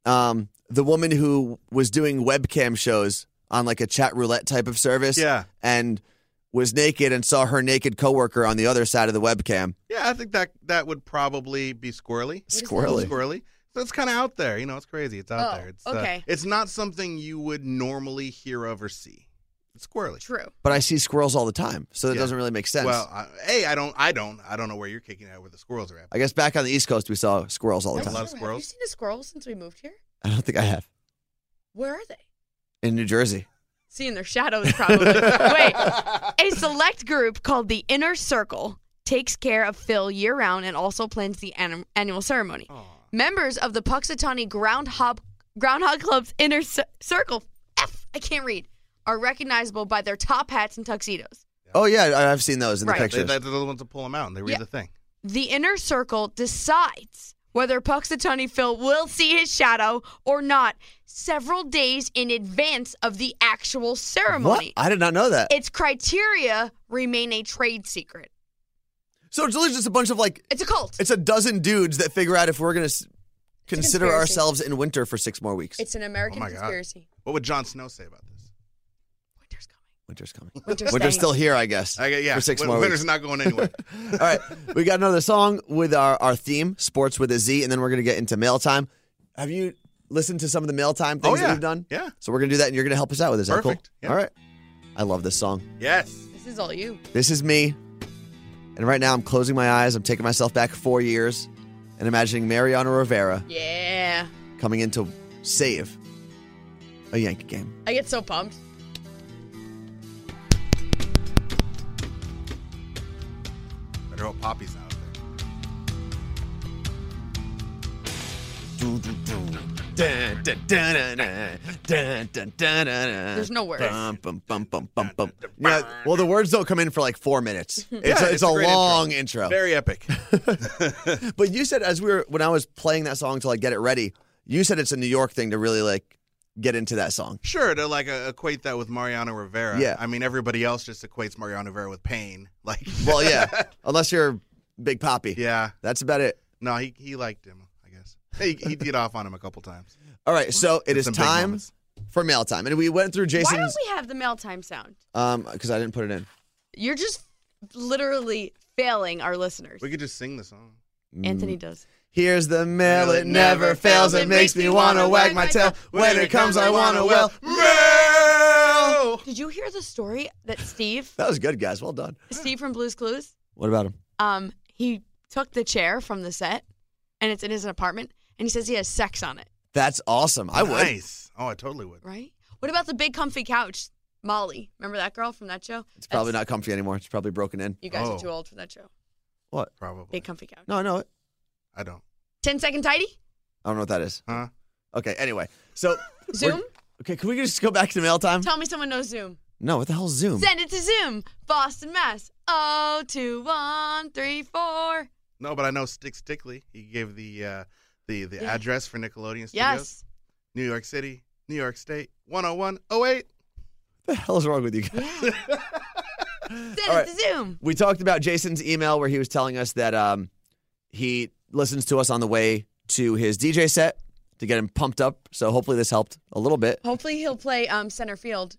Speaker 3: um, the woman who was doing webcam shows on like a chat roulette type of service.
Speaker 6: Yeah.
Speaker 3: and was naked and saw her naked coworker on the other side of the webcam.
Speaker 6: Yeah, I think that that would probably be squirrely.
Speaker 3: Squirrely.
Speaker 6: Squirrely. So it's kind of out there. You know, it's crazy. It's out
Speaker 4: Oh,
Speaker 6: there. It's, uh,
Speaker 4: okay.
Speaker 6: it's not something you would normally hear of or see. It's squirrely.
Speaker 4: True.
Speaker 3: But I see squirrels all the time, so that
Speaker 6: Yeah.
Speaker 3: doesn't really make sense.
Speaker 6: Well, I, hey, I don't, I don't, I don't know where you're kicking out where the squirrels are at.
Speaker 3: I guess back on the East Coast we saw squirrels all the
Speaker 4: That's
Speaker 3: time.
Speaker 6: love
Speaker 4: true. Have you
Speaker 6: squirrels.
Speaker 4: seen a squirrel since we moved here?
Speaker 3: I don't think I have
Speaker 4: Where are they?
Speaker 3: in New Jersey.
Speaker 4: Seeing their shadows, probably. Wait, a select group called the Inner Circle takes care of Phil year round and also plans the anim- annual ceremony. Members of the Puxatawny Groundhog Groundhog Club's Inner Cir- Circle, F, I can't read, are recognizable by their top hats and tuxedos.
Speaker 3: Oh yeah, I- I've seen those in
Speaker 4: Right.
Speaker 3: the
Speaker 6: They,
Speaker 3: pictures.
Speaker 6: they're the ones that pull them out and they read
Speaker 4: Yeah.
Speaker 6: the thing.
Speaker 4: The Inner Circle decides whether Puxatawny Phil will see his shadow or not several days in advance of the actual
Speaker 3: what?
Speaker 4: ceremony.
Speaker 3: I did not know that.
Speaker 4: Its criteria remain a trade secret.
Speaker 3: so it's really just a bunch of like
Speaker 4: It's a cult.
Speaker 3: It's a dozen dudes that figure out if we're going to consider
Speaker 4: conspiracy.
Speaker 3: ourselves in winter for six more weeks.
Speaker 4: It's an American
Speaker 6: Oh my God.
Speaker 4: conspiracy.
Speaker 6: What would Jon Snow say about this?
Speaker 4: Winter's coming.
Speaker 3: Winter's coming.
Speaker 4: Winter's,
Speaker 3: Winter's
Speaker 4: staying.
Speaker 3: still here, I guess.
Speaker 6: I, yeah,
Speaker 3: for six
Speaker 6: win-
Speaker 3: more
Speaker 6: winter's
Speaker 3: weeks.
Speaker 6: not going anywhere.
Speaker 3: All right, we got another song with our, our theme, sports with a Z, and then we're going to get into mail time. Have you listened to some of the mail time things
Speaker 6: Oh,
Speaker 3: that
Speaker 6: yeah.
Speaker 3: we've done?
Speaker 6: Yeah.
Speaker 3: So we're going to do that, and you're going to help us out with this. Is that
Speaker 6: Perfect.
Speaker 3: Cool?
Speaker 6: Yeah.
Speaker 3: All right. I love this song.
Speaker 6: yes.
Speaker 4: This is all you.
Speaker 3: This is me. And right now, I'm closing my eyes. I'm taking myself back four years and imagining Mariano Rivera
Speaker 4: Yeah.
Speaker 3: coming in to save a Yankee game.
Speaker 4: I get so pumped.
Speaker 6: Better hope Poppy's not out there.
Speaker 3: There's
Speaker 4: no words.
Speaker 3: Yeah, well, the words don't come in for like four minutes. It's a, it's
Speaker 6: a
Speaker 3: a,
Speaker 6: great intro.
Speaker 3: long intro.
Speaker 6: Very epic.
Speaker 3: But you said as we were when I was playing that song till I get it ready, you said it's a New York thing to really like get into that song.
Speaker 6: Sure, to like uh, equate that with Mariano Rivera.
Speaker 3: Yeah.
Speaker 6: I mean, everybody else just equates Mariano Rivera with pain. Like,
Speaker 3: Well, yeah, unless you're Big Poppy.
Speaker 6: yeah.
Speaker 3: that's about it.
Speaker 6: No, he, he liked him, I guess. He, he did off on him a couple times.
Speaker 3: All right, so it
Speaker 6: There's
Speaker 3: is
Speaker 6: some big
Speaker 3: time
Speaker 6: moments.
Speaker 3: for mail time, and we went through
Speaker 4: Why don't
Speaker 3: Jason's
Speaker 4: we have the mail time sound?
Speaker 3: um because I didn't put it in.
Speaker 4: You're just literally failing our listeners.
Speaker 6: We Mm. could just sing the song.
Speaker 4: Anthony does.
Speaker 3: Here's the mail, it never fails. It makes me wanna wag my tail. When it comes, I wanna well.
Speaker 6: Mail!
Speaker 4: Did you hear the story that Steve,
Speaker 3: That was good, guys. Well done.
Speaker 4: Steve from Blue's Clues,
Speaker 3: What about him?
Speaker 4: um, he took the chair from the set, and it's in his apartment, and he says he has sex on it.
Speaker 3: That's awesome. I would.
Speaker 6: Nice. Oh, I totally would.
Speaker 4: Right? What about the big comfy couch, Molly? Remember that girl from that show?
Speaker 3: It's probably not comfy anymore. It's probably broken in.
Speaker 4: You guys
Speaker 6: Oh.
Speaker 4: are too old for that show.
Speaker 3: What?
Speaker 6: Probably.
Speaker 4: Big comfy couch.
Speaker 3: No, I know it.
Speaker 6: I don't.
Speaker 4: Ten second tidy.
Speaker 3: I don't know what that is.
Speaker 6: Huh?
Speaker 3: Okay. Anyway, so we're-
Speaker 4: Zoom?
Speaker 3: Okay, can we just go back to mail time?
Speaker 4: Tell me someone knows Zoom.
Speaker 3: No, what the hell is Zoom?
Speaker 4: Send it to Zoom, Boston, Mass. Oh two one three four.
Speaker 6: No, but I know Stick Stickley. He gave the uh, the the
Speaker 4: Yeah.
Speaker 6: address for Nickelodeon Studios.
Speaker 4: Yes.
Speaker 6: New York City, New York State, 10108.
Speaker 3: What the hell is wrong with you guys?
Speaker 4: Send it
Speaker 3: All right.
Speaker 4: to Zoom.
Speaker 3: We talked about Jason's email where he was telling us that um, he listens to us on the way to his DJ set to get him pumped up. So hopefully this helped a little bit.
Speaker 4: Hopefully he'll play um, center field.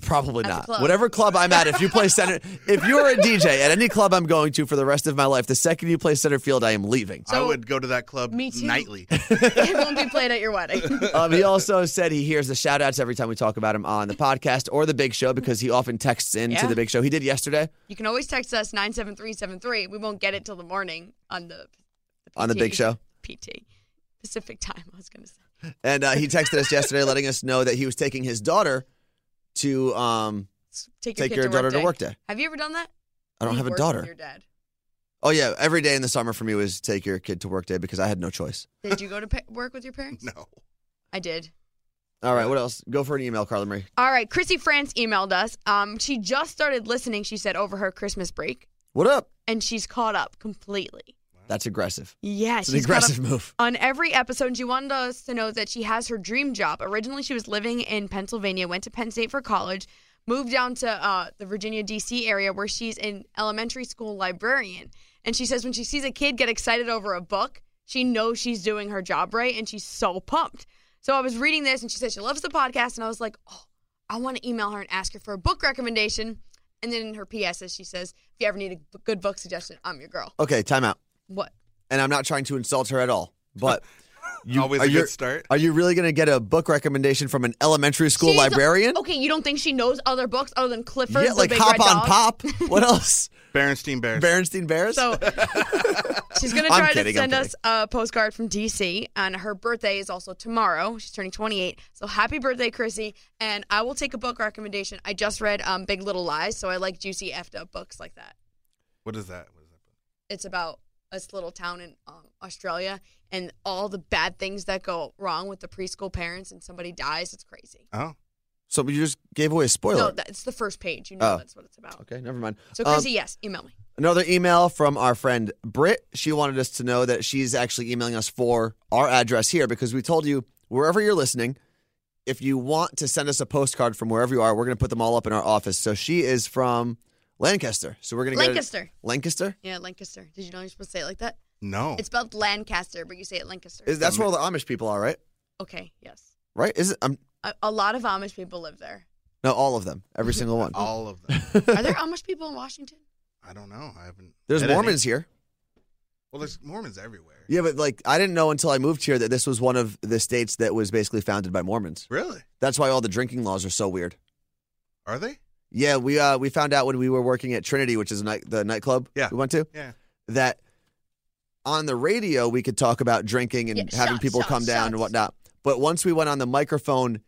Speaker 3: Probably
Speaker 4: At the
Speaker 3: not.
Speaker 4: club.
Speaker 3: Whatever club I'm at, if you play center, if you're a DJ at any club I'm going to for the rest of my life, the second you play center field, I am leaving.
Speaker 6: I
Speaker 4: So-
Speaker 6: would go to that club
Speaker 4: Me too.
Speaker 6: nightly.
Speaker 4: It won't be played at your wedding.
Speaker 3: Um, he also said he hears the shout outs every time we talk about him on the podcast or the big show because he often texts into
Speaker 4: Yeah.
Speaker 3: the big show. He did yesterday
Speaker 4: You can always text us nine seven three seven three. We won't get it till the morning on the, the
Speaker 3: On the
Speaker 4: PT.
Speaker 3: big show?
Speaker 4: PT Pacific time. I was gonna say.
Speaker 3: and uh, he texted us yesterday letting us know that he was taking his daughter to um,
Speaker 4: Take your,
Speaker 3: take
Speaker 4: kid
Speaker 3: your
Speaker 4: to
Speaker 3: daughter
Speaker 4: work
Speaker 3: to
Speaker 4: day.
Speaker 3: work day.
Speaker 4: Have you ever done that?
Speaker 3: I don't
Speaker 4: He
Speaker 3: have a
Speaker 4: works with
Speaker 3: daughter.
Speaker 4: Your dad.
Speaker 3: Oh yeah, every day in the summer for me was take your kid to work day because I had no choice.
Speaker 4: Did you go to pa- work with your parents?
Speaker 6: No.
Speaker 4: I did.
Speaker 3: All right, what else? Go for an email, Carla Marie.
Speaker 4: All right, Chrissy France emailed us. Um, she just started listening. She said over her Christmas break,
Speaker 3: What up?
Speaker 4: and she's caught up completely.
Speaker 3: That's aggressive.
Speaker 4: Yeah,
Speaker 3: It's
Speaker 4: she's
Speaker 3: an
Speaker 4: caught up
Speaker 3: aggressive move.
Speaker 4: on every episode, and she wanted us to know that she has her dream job. Originally, she was living in Pennsylvania, went to Penn State for college, moved down to uh, the Virginia, D.C. area where she's an elementary school librarian. And she says when she sees a kid get excited over a book, she knows she's doing her job right, and she's so pumped. So I was reading this, and she said she loves the podcast, and I was like, oh, I want to email her and ask her for a book recommendation. And then in her PSS, she says, if you ever need a b- good book suggestion, I'm your girl.
Speaker 3: Okay, time out.
Speaker 4: What?
Speaker 3: And I'm not trying to insult her at all, but you,
Speaker 6: Always
Speaker 3: are
Speaker 6: a
Speaker 3: you-
Speaker 6: good start.
Speaker 3: Are you really going to get a book recommendation from an elementary school
Speaker 4: She's a-
Speaker 3: librarian?
Speaker 4: okay, you don't think she knows other books other than Clifford?
Speaker 3: yeah,
Speaker 4: the
Speaker 3: like
Speaker 4: Big
Speaker 3: Hop
Speaker 4: Red
Speaker 3: on
Speaker 4: Dog?
Speaker 3: Pop. What else?
Speaker 6: Berenstein Bears.
Speaker 3: Berenstein Bears.
Speaker 4: So she's gonna
Speaker 3: I'm
Speaker 4: try
Speaker 3: kidding,
Speaker 4: to
Speaker 3: I'm
Speaker 4: send us a postcard from DC, and her birthday is also tomorrow. She's turning 28, so happy birthday, Chrissy! And I will take a book recommendation. I just read um, Big Little Lies, so I like juicy effed up books like that.
Speaker 6: what is that? What is that?
Speaker 4: It's about this little town in um, Australia and all the bad things that go wrong with the preschool parents, and somebody dies. It's crazy.
Speaker 6: Oh.
Speaker 3: So you just gave away a spoiler.
Speaker 4: No, that's the first page. You know
Speaker 3: Oh.
Speaker 4: that's what it's about.
Speaker 3: okay, never mind.
Speaker 4: So
Speaker 3: Um,
Speaker 4: Chrissy, yes, email me.
Speaker 3: Another email from our friend Britt. She wanted us to know that she's actually emailing us for our address here because we told you wherever you're listening, if you want to send us a postcard from wherever you are, we're going to put them all up in our office. So she is from Lancaster. So we're going to get it-
Speaker 4: Lancaster.
Speaker 3: Lancaster.
Speaker 4: Yeah, Lancaster. Did you know you're supposed to say it like that?
Speaker 6: No.
Speaker 4: It's spelled Lancaster, but you say it Lancaster.
Speaker 3: Oh. Is that's where all the Amish people are, right?
Speaker 4: okay, yes.
Speaker 3: Right? Is it? Um,
Speaker 4: A, a lot of Amish people live there.
Speaker 3: no, all of them. Every single one.
Speaker 6: All of them.
Speaker 4: Are there Amish people in Washington?
Speaker 6: I don't know. I haven't.
Speaker 3: There's
Speaker 6: I didn't-
Speaker 3: Mormons here.
Speaker 6: Well, there's Mormons everywhere.
Speaker 3: Yeah, but like I didn't know until I moved here that this was one of the states that was basically founded by Mormons.
Speaker 6: Really?
Speaker 3: That's why all the drinking laws are so weird.
Speaker 6: Are they?
Speaker 3: Yeah, we uh, we found out when we were working at Trinity, which is a night, the nightclub
Speaker 6: Yeah.
Speaker 3: we went to,
Speaker 6: Yeah.
Speaker 3: that on the radio we could talk about drinking and
Speaker 4: Yeah,
Speaker 3: having
Speaker 4: shots,
Speaker 3: people
Speaker 4: shots,
Speaker 3: come down and
Speaker 4: shots.
Speaker 3: whatnot. But once we went on the microphone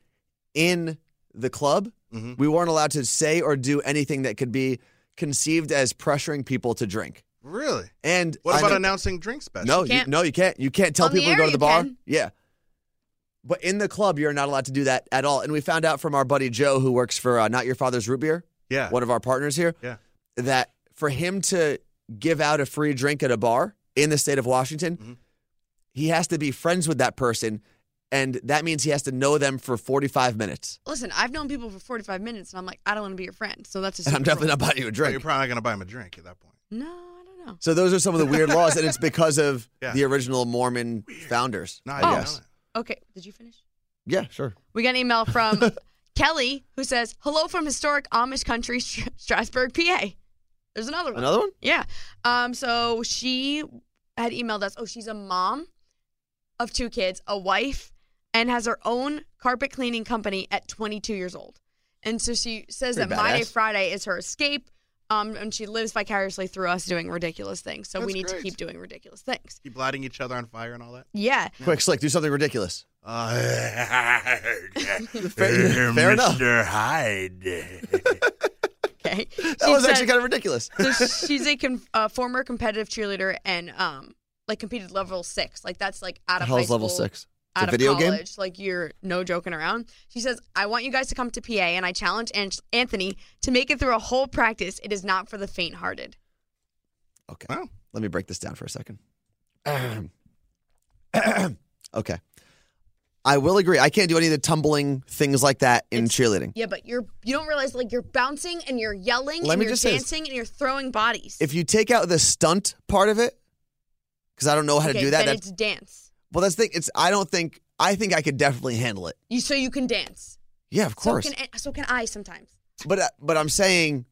Speaker 3: in the club,
Speaker 6: Mhm.
Speaker 3: we weren't allowed to say or do anything that could be conceived as pressuring people to drink.
Speaker 6: Really?
Speaker 3: And
Speaker 6: What
Speaker 3: I
Speaker 6: about
Speaker 3: know-
Speaker 6: announcing drink specials?
Speaker 3: no,
Speaker 4: You
Speaker 3: you,
Speaker 4: can't-
Speaker 3: no, you can't. You can't tell
Speaker 4: On the
Speaker 3: people to
Speaker 4: air
Speaker 3: go to
Speaker 4: you
Speaker 3: the bar.
Speaker 4: can.
Speaker 3: Yeah, but in the club, you're not allowed to do that at all. And we found out from our buddy Joe, who works for uh, Not Your Father's Root Beer,
Speaker 6: Yeah.
Speaker 3: one of our partners here,
Speaker 6: Yeah.
Speaker 3: that for
Speaker 6: Mm-hmm.
Speaker 3: him to give out a free drink at a bar in the state of Washington,
Speaker 6: Mhm.
Speaker 3: he has to be friends with that person, and that means he has to know them for 45 minutes.
Speaker 4: Listen, I've known people for 45 minutes, and I'm like, I don't want to be your friend. So that's just.
Speaker 3: And I'm definitely not buying you a
Speaker 6: Well, You're
Speaker 3: drink.
Speaker 6: probably not gonna buy him a drink at that point.
Speaker 4: No, I don't know.
Speaker 3: So those are some of the weird laws, and it's because of
Speaker 6: Yeah.
Speaker 3: the original Mormon founders.
Speaker 6: No, I
Speaker 3: I
Speaker 6: didn't
Speaker 3: guess.
Speaker 6: know that.
Speaker 4: Okay, did you finish?
Speaker 3: Yeah, sure.
Speaker 4: We got an email from Kelly who says, "Hello from historic Amish country, Str- Strasburg, PA." There's another one.
Speaker 3: Another one?
Speaker 4: Yeah. Um, so she had emailed us. Oh, she's a mom of two kids, a wife, and has her own carpet cleaning company at 22 years old. And so she says
Speaker 3: Pretty
Speaker 4: that My Day
Speaker 3: badass.
Speaker 4: Friday is her escape. Um, and she lives vicariously through us doing ridiculous things. So we
Speaker 6: That's
Speaker 4: need to
Speaker 6: great.
Speaker 4: keep doing ridiculous things.
Speaker 6: Keep lighting each other on fire and all that.
Speaker 4: Yeah.
Speaker 3: Quick, slick, do something ridiculous.
Speaker 6: Uh,
Speaker 3: Fair- fair enough.
Speaker 6: Mr. Hyde.
Speaker 4: Okay.
Speaker 3: That was actually kind of ridiculous.
Speaker 4: so she's a con- uh, former competitive cheerleader and um, like competed level six. Like that's like out of high
Speaker 3: Hell's
Speaker 4: school.
Speaker 3: level six. It's
Speaker 4: out
Speaker 3: a
Speaker 4: of
Speaker 3: video game.
Speaker 4: college. Like you're no joking around. She says, "I want you guys to come to PA, and I challenge An- Anthony to make it through a whole practice. It is not for the faint-hearted."
Speaker 3: Okay.
Speaker 6: Wow.
Speaker 3: Let me break this down for a second. okay. I will agree. I can't do any of the tumbling things like that in
Speaker 4: It's-
Speaker 3: cheerleading.
Speaker 4: Yeah, but you're you don't realize like you're bouncing and you're yelling
Speaker 3: Let
Speaker 4: and
Speaker 3: me
Speaker 4: you're
Speaker 3: just say this.
Speaker 4: dancing and you're throwing bodies.
Speaker 3: If you take out the stunt part of it, because I don't know how
Speaker 4: okay,
Speaker 3: to do that.
Speaker 4: then
Speaker 3: That's,
Speaker 4: it's dance.
Speaker 3: well, that's the thing. It's I don't think I think I could definitely handle it.
Speaker 4: You so you can dance.
Speaker 3: Yeah, of course.
Speaker 4: So can An- so can I sometimes.
Speaker 3: But uh, but I'm saying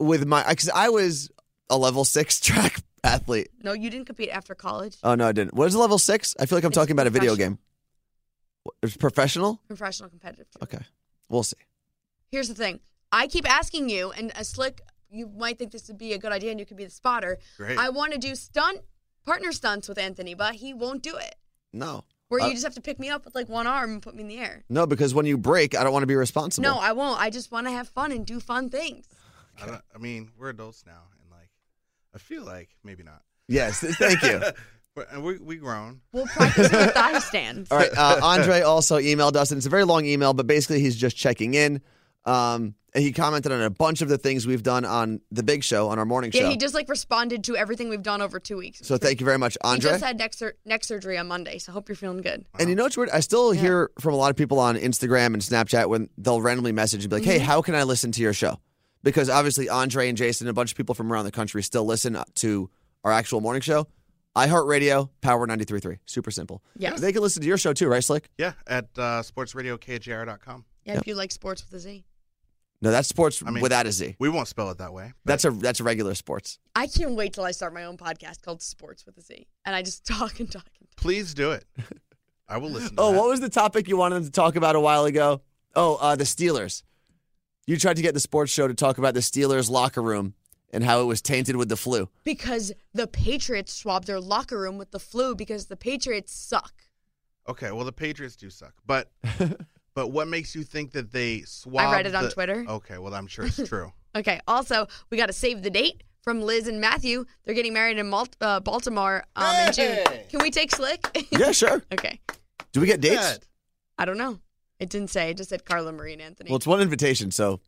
Speaker 3: with my because I was a level six track athlete.
Speaker 4: No, you didn't compete after college.
Speaker 3: Oh no, I didn't. What is a level six? I feel like I'm
Speaker 4: It's
Speaker 3: talking about a video
Speaker 4: professional.
Speaker 3: game. What, It's professional.
Speaker 4: Professional competitive. cheerleader.
Speaker 3: Okay, we'll see.
Speaker 4: Here's the thing. I keep asking you, and a slick, you might think this would be a good idea, and you could be the spotter.
Speaker 6: Great.
Speaker 4: I want to do stunt partner stunts with Anthony, but he won't do it.
Speaker 3: No.
Speaker 4: Where
Speaker 3: Uh,
Speaker 4: you just have to pick me up with like one arm and put me in the air.
Speaker 3: No, because when you break, I don't want to be responsible.
Speaker 4: No, I won't. I just want to have fun and do fun things.
Speaker 6: I, don't- I mean, we're adults now, and like, I feel like maybe not.
Speaker 3: Yes, thank you.
Speaker 6: But- and we we grown.
Speaker 4: We'll practice the thigh stands.
Speaker 3: All right. Uh, Andre also emailed us, and it's a very long email, but basically he's just checking in. Um, and he commented on a bunch of the things we've done on the Big Show on our morning
Speaker 4: Yeah,
Speaker 3: show.
Speaker 4: he just like responded to everything we've done over two weeks.
Speaker 3: so thank you very much,
Speaker 4: He
Speaker 3: Andre.
Speaker 4: just had neck, sur- neck surgery on Monday, so hope you're feeling good.
Speaker 3: and you know what's weird? I still hear from a lot of people on Instagram and Snapchat when they'll randomly message and be like,
Speaker 4: Mm-hmm.
Speaker 3: "Hey, how can I listen to your show?" Because obviously Andre and Jason, and a bunch of people from around the country, still listen to our actual morning show. iHeartRadio, Power 93.3. Super simple.
Speaker 4: Yes.
Speaker 3: They can listen to your show too, right, Slick?
Speaker 6: Yeah, at uh, sportsradiokjr.com.
Speaker 4: Yeah, if you like sports with a Z.
Speaker 3: No, that's sports
Speaker 6: I mean-
Speaker 3: without a Z.
Speaker 6: We won't spell it that way. but
Speaker 3: That's a that's a regular sports.
Speaker 4: I can't wait till I start my own podcast called Sports with a Z, and I just talk and talk and talk.
Speaker 6: please do it. I will listen. To
Speaker 3: Oh,
Speaker 6: that.
Speaker 3: what was the topic you wanted them to talk about a while ago? Oh, uh, the Steelers. You tried to get the sports show to talk about the Steelers locker room and how it was tainted with the flu.
Speaker 4: Because the Patriots swabbed their locker room with the flu because the Patriots suck.
Speaker 6: Okay, well the Patriots do suck, but but what makes you think that they swabbed?
Speaker 4: I read it on
Speaker 6: the-
Speaker 4: Twitter.
Speaker 6: Okay, well I'm sure it's true.
Speaker 4: Okay. Also, we got to save the date from Liz and Matthew. They're getting married in Malt- uh, Baltimore um, in June. Can we take Slick?
Speaker 3: Yeah, sure.
Speaker 4: okay.
Speaker 3: Do we get dates?
Speaker 6: Good.
Speaker 4: I don't know. It didn't say. It just said Carla Marie and Anthony.
Speaker 3: Well, it's one invitation, so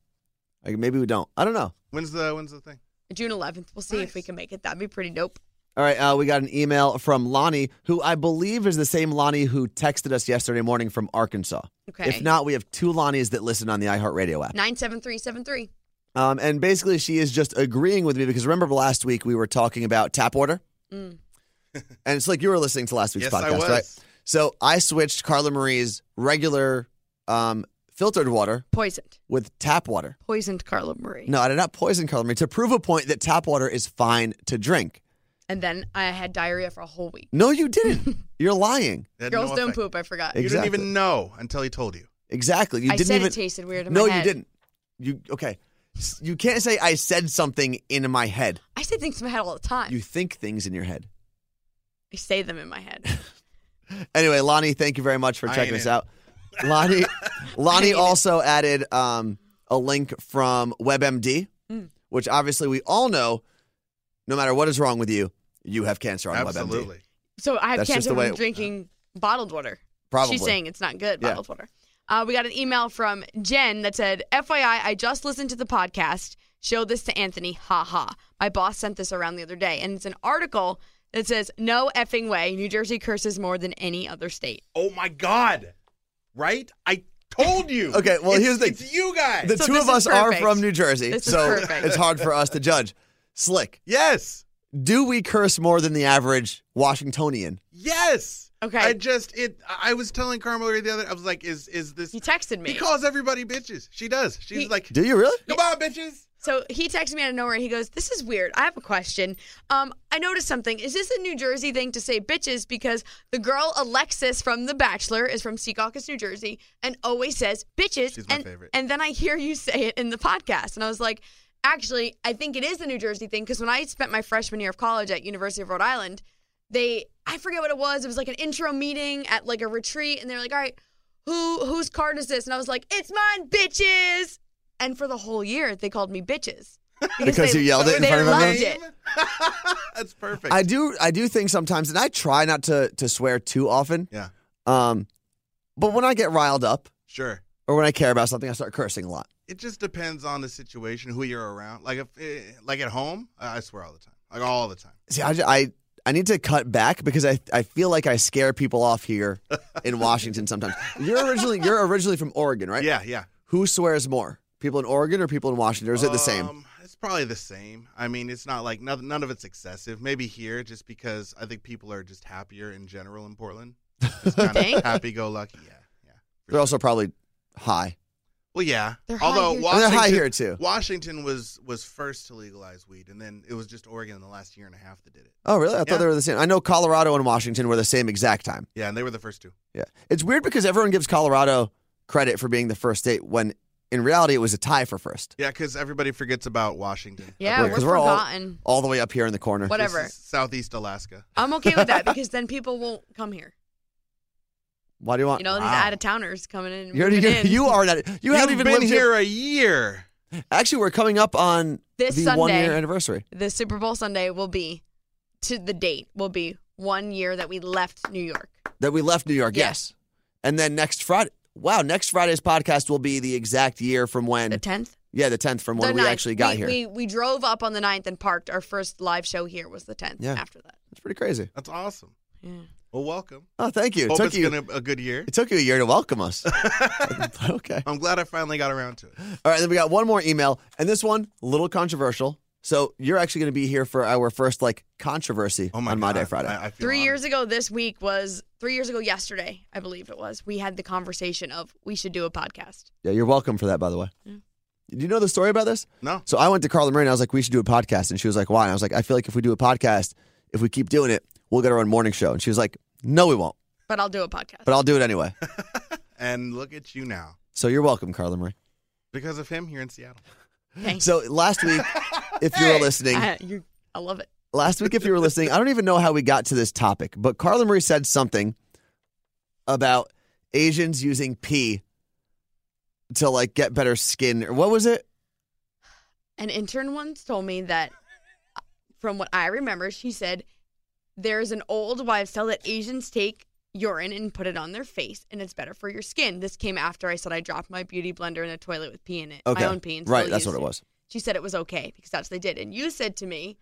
Speaker 3: like, maybe we don't. I don't know.
Speaker 6: When's the when's the thing?
Speaker 4: June 11th. We'll see if we can make it. That'd be pretty dope.
Speaker 3: All right, uh, we got an email from Lonnie, who I believe is the same Lonnie who texted us yesterday morning from Arkansas.
Speaker 4: Okay.
Speaker 3: If not, we have two Lonnies that listen on the iHeartRadio app.
Speaker 4: 97373.
Speaker 3: Um, and basically, she is just agreeing with me because remember last week we were talking about tap order,
Speaker 4: Mm.
Speaker 3: and it's like you were listening to last week's
Speaker 6: Yes, I
Speaker 3: podcast,
Speaker 6: was.
Speaker 3: right? So I switched Carla Marie's regular um, filtered water
Speaker 4: Poisoned.
Speaker 3: with tap water.
Speaker 4: Poisoned Carla Marie.
Speaker 3: No, I did not poison Carla Marie to prove a point that tap water is fine to drink.
Speaker 4: And then I had diarrhea for a whole week.
Speaker 3: No, you didn't. You're lying.
Speaker 6: It had
Speaker 4: Girls
Speaker 6: no
Speaker 4: don't
Speaker 6: effect.
Speaker 4: poop. I
Speaker 3: Ex-
Speaker 4: forgot.
Speaker 6: You didn't
Speaker 3: Exactly.
Speaker 6: even know until he told you.
Speaker 3: Exactly. You
Speaker 4: I
Speaker 3: didn't
Speaker 4: said it
Speaker 3: even
Speaker 4: tasted weird in
Speaker 3: no,
Speaker 4: my head.
Speaker 3: you didn't. You okay? S- You can't say I said something in my head.
Speaker 4: I say things in my head all the time.
Speaker 3: You think things in your head.
Speaker 4: I say them in my head.
Speaker 3: Anyway, Lonnie, thank you very much for
Speaker 6: I
Speaker 3: checking us
Speaker 6: ain't in.
Speaker 3: out. Lonnie, Lonnie also added um, a link from WebMD,
Speaker 4: Mm.
Speaker 3: which obviously we all know. No matter what is wrong with you, you have cancer on WebMD.
Speaker 6: Absolutely.
Speaker 4: So I have
Speaker 3: That's just
Speaker 4: cancer
Speaker 3: the way
Speaker 4: from
Speaker 3: it-
Speaker 4: drinking bottled water.
Speaker 3: Probably.
Speaker 4: She's saying it's not good,
Speaker 3: Yeah.
Speaker 4: bottled water. Uh, we got an email from Jen that said, FYI, I just listened to the podcast. Show this to Anthony. Ha ha. My boss sent this around the other day, and it's an article that says, No effing way. New Jersey curses more than any other state.
Speaker 6: Oh my god! Right? I told you.
Speaker 3: Okay, well,
Speaker 6: It's-
Speaker 3: here's the-
Speaker 6: it's you guys.
Speaker 3: The
Speaker 4: So
Speaker 3: two
Speaker 4: this
Speaker 3: of us
Speaker 4: is
Speaker 3: are
Speaker 4: perfect.
Speaker 3: from New Jersey,
Speaker 4: This is
Speaker 3: so
Speaker 4: perfect.
Speaker 3: it's hard for us to judge. Slick,
Speaker 6: yes,
Speaker 3: do we curse more than the average Washingtonian?
Speaker 6: yes.
Speaker 4: Okay.
Speaker 6: I just it. I I was telling Carmel the other. I was like, is is this?
Speaker 4: He texted me.
Speaker 6: He calls everybody bitches. She does. She's
Speaker 4: He-
Speaker 6: like,
Speaker 3: Do you really?
Speaker 6: come on, bitches.
Speaker 4: So he texted me out of nowhere. He goes, "This is weird. I have a question. Um, I noticed something. Is this a New Jersey thing to say bitches? Because the girl Alexis from The Bachelor is from Secaucus, New Jersey, and always says bitches.
Speaker 6: She's my
Speaker 4: and,
Speaker 6: favorite.
Speaker 4: And then I hear you say it in the podcast, and I was like, actually, I think it is a New Jersey thing. Because when I spent my freshman year of college at University of Rhode Island, they I forget what it was. It was like an intro meeting at like a retreat, and they were like, all right. Who whose card is this? And I was like, "It's mine, bitches!" And for the whole year, they called me bitches.
Speaker 3: Because
Speaker 4: they-
Speaker 3: you yelled it in
Speaker 4: they
Speaker 3: front of everyone?
Speaker 4: loved it.
Speaker 6: That's perfect.
Speaker 3: I do. I do think sometimes, and I try not to to swear too often.
Speaker 6: Yeah,
Speaker 3: Um, but when I get riled up
Speaker 6: sure.
Speaker 3: or when I care about something, I start cursing a lot.
Speaker 6: It just depends on the situation, who you're around. Like if, eh, like at home, I I swear all the time, like all the time.
Speaker 3: See, I, I, I need to cut back because I, I feel like I scare people off here in Washington sometimes. You're originally you're originally from Oregon, right?
Speaker 6: Yeah, yeah.
Speaker 3: Who swears more, people in Oregon or people in Washington? Or is it the same?
Speaker 6: Um, It's probably the same. I mean, it's not like none, none of it's excessive. Maybe here, just because I think people are just happier in general in Portland. Just kind
Speaker 4: think?
Speaker 6: of happy-go-lucky. Yeah, yeah.
Speaker 3: They're also probably high.
Speaker 6: Well, yeah.
Speaker 4: They're high
Speaker 6: Although
Speaker 4: here, too.
Speaker 3: And they're
Speaker 6: Washington,
Speaker 3: high here, too.
Speaker 6: Washington was was first to legalize weed, and then it was just Oregon in the last year and a half that did it.
Speaker 3: Oh, really? I thought
Speaker 6: Yeah.
Speaker 3: they were the same. I know Colorado and Washington were the same exact time.
Speaker 6: Yeah, and they were the first two.
Speaker 3: Yeah, it's weird because everyone gives Colorado credit for being the first state when in reality it was a tie for first.
Speaker 6: Yeah, because everybody forgets about Washington.
Speaker 4: Yeah,
Speaker 3: Right,
Speaker 4: we're
Speaker 3: 'cause we're all-
Speaker 4: forgotten.
Speaker 3: All the way up here in the corner.
Speaker 4: What-
Speaker 6: This
Speaker 4: Whatever.
Speaker 6: is Southeast Alaska.
Speaker 4: I'm okay with that because then people won't come here.
Speaker 3: Why do you want?
Speaker 4: You know, these
Speaker 6: Wow.
Speaker 4: out of towners coming in. and
Speaker 3: You're already
Speaker 4: moving
Speaker 3: gonna-
Speaker 4: in.
Speaker 3: you are not. You haven't
Speaker 6: You've
Speaker 3: even
Speaker 6: been
Speaker 3: lived
Speaker 6: here a year.
Speaker 3: Actually, we're coming up on
Speaker 4: This
Speaker 3: the
Speaker 4: Sunday,
Speaker 3: one year anniversary.
Speaker 4: the Super Bowl Sunday will be to the date will be one year that we left New York.
Speaker 3: That we left New York,
Speaker 4: Yeah.
Speaker 3: yes. And then next Friday, wow, next Friday's podcast will be the exact year from when,
Speaker 4: The tenth.
Speaker 3: yeah, the 10th from when
Speaker 4: the
Speaker 3: we
Speaker 4: 9th.
Speaker 3: actually got
Speaker 4: we,
Speaker 3: here.
Speaker 4: We we drove up on the 9th and parked. Our first live show here was the tenth.
Speaker 3: Yeah.
Speaker 4: After that.
Speaker 3: It's pretty crazy.
Speaker 6: That's awesome.
Speaker 4: Yeah.
Speaker 6: Well, welcome.
Speaker 3: Oh, thank you. It
Speaker 6: Hope
Speaker 3: took
Speaker 6: it's
Speaker 3: you.
Speaker 6: been a, a good year.
Speaker 3: It took you a year to welcome us. okay.
Speaker 6: I'm glad I finally got around to it.
Speaker 3: All right, then we got one more email, and this one a little controversial. So you're actually going to be here for our first like controversy
Speaker 6: Oh my
Speaker 3: on
Speaker 6: God.
Speaker 3: My Day Friday.
Speaker 6: I, I feel
Speaker 4: Three
Speaker 6: honored.
Speaker 4: years ago this week was three years ago yesterday, I believe it was, we had the conversation of we should do a podcast.
Speaker 3: yeah, you're welcome for that, by the way.
Speaker 4: Mm.
Speaker 3: Do you know the story about this?
Speaker 6: No.
Speaker 3: So I went to Carla Marie and I was like, we should do a podcast. And she was like, why? And I was like, I feel like if we do a podcast, if we keep doing it, we'll get our own morning show. And she was like, no, we won't,
Speaker 4: But I'll do a podcast.
Speaker 3: but I'll do it anyway.
Speaker 6: And look at you now.
Speaker 3: so you're welcome, Carla Marie.
Speaker 6: Because of him here in Seattle.
Speaker 4: Thanks.
Speaker 3: So last week, if you were listening,
Speaker 4: I, you, I love it.
Speaker 3: last week, if you were listening, I don't even know how we got to this topic, but Carla Marie said something about Asians using pee to like get better skin. Or What was it?
Speaker 4: An intern once told me that, uh, from what I remember, she said there's an old wives' tale that Asians take urine and put it on their face, and it's better for your skin. This came after I said I dropped my beauty blender in a toilet with pee in it,
Speaker 3: Okay,
Speaker 4: my own pee. And
Speaker 3: right.
Speaker 4: still
Speaker 3: That's what
Speaker 4: used
Speaker 3: it was.
Speaker 4: She said it was okay because that's what they did, and you said to me,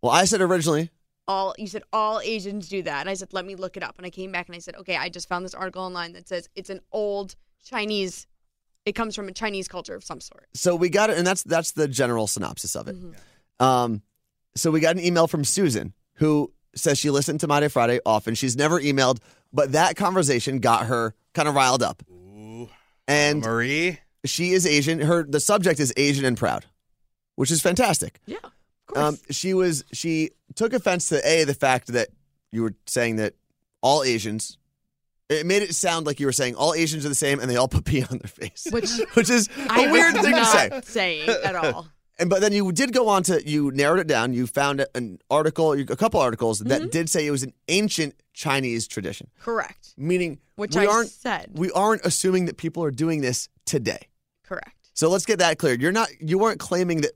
Speaker 3: Well, I said originally,
Speaker 4: all you said all Asians do that, and I said let me look it up, and I came back and I said okay, I just found this article online that says it's an old Chinese. It comes from a Chinese culture of some sort.
Speaker 3: so we got it, and that's that's the general synopsis of it.
Speaker 4: Mm-hmm.
Speaker 3: Um, so we got an email from Susan who says she listened to My Day Friday often. She's never emailed, but that conversation got her kind of riled up,
Speaker 6: Ooh.
Speaker 3: and
Speaker 6: Marie.
Speaker 3: she is Asian. Her the subject is Asian and proud, which is fantastic.
Speaker 4: Yeah, of course.
Speaker 3: Um, she was she took offense to a the fact that you were saying that all Asians. It made it sound like you were saying all Asians are the same and they all put pee on their face,
Speaker 4: Which
Speaker 3: which is a
Speaker 4: I
Speaker 3: weird
Speaker 4: was
Speaker 3: thing to say.
Speaker 4: not saying at all.
Speaker 3: And but then you did go on to you narrowed it down. You found an article, a couple articles that
Speaker 4: Mm-hmm.
Speaker 3: did say it was an ancient Chinese tradition,
Speaker 4: Correct.
Speaker 3: meaning
Speaker 4: Which
Speaker 3: we
Speaker 4: I
Speaker 3: aren't
Speaker 4: said.
Speaker 3: we aren't assuming that people are doing this today.
Speaker 4: Correct.
Speaker 3: So let's get that clear. You're not you weren't claiming that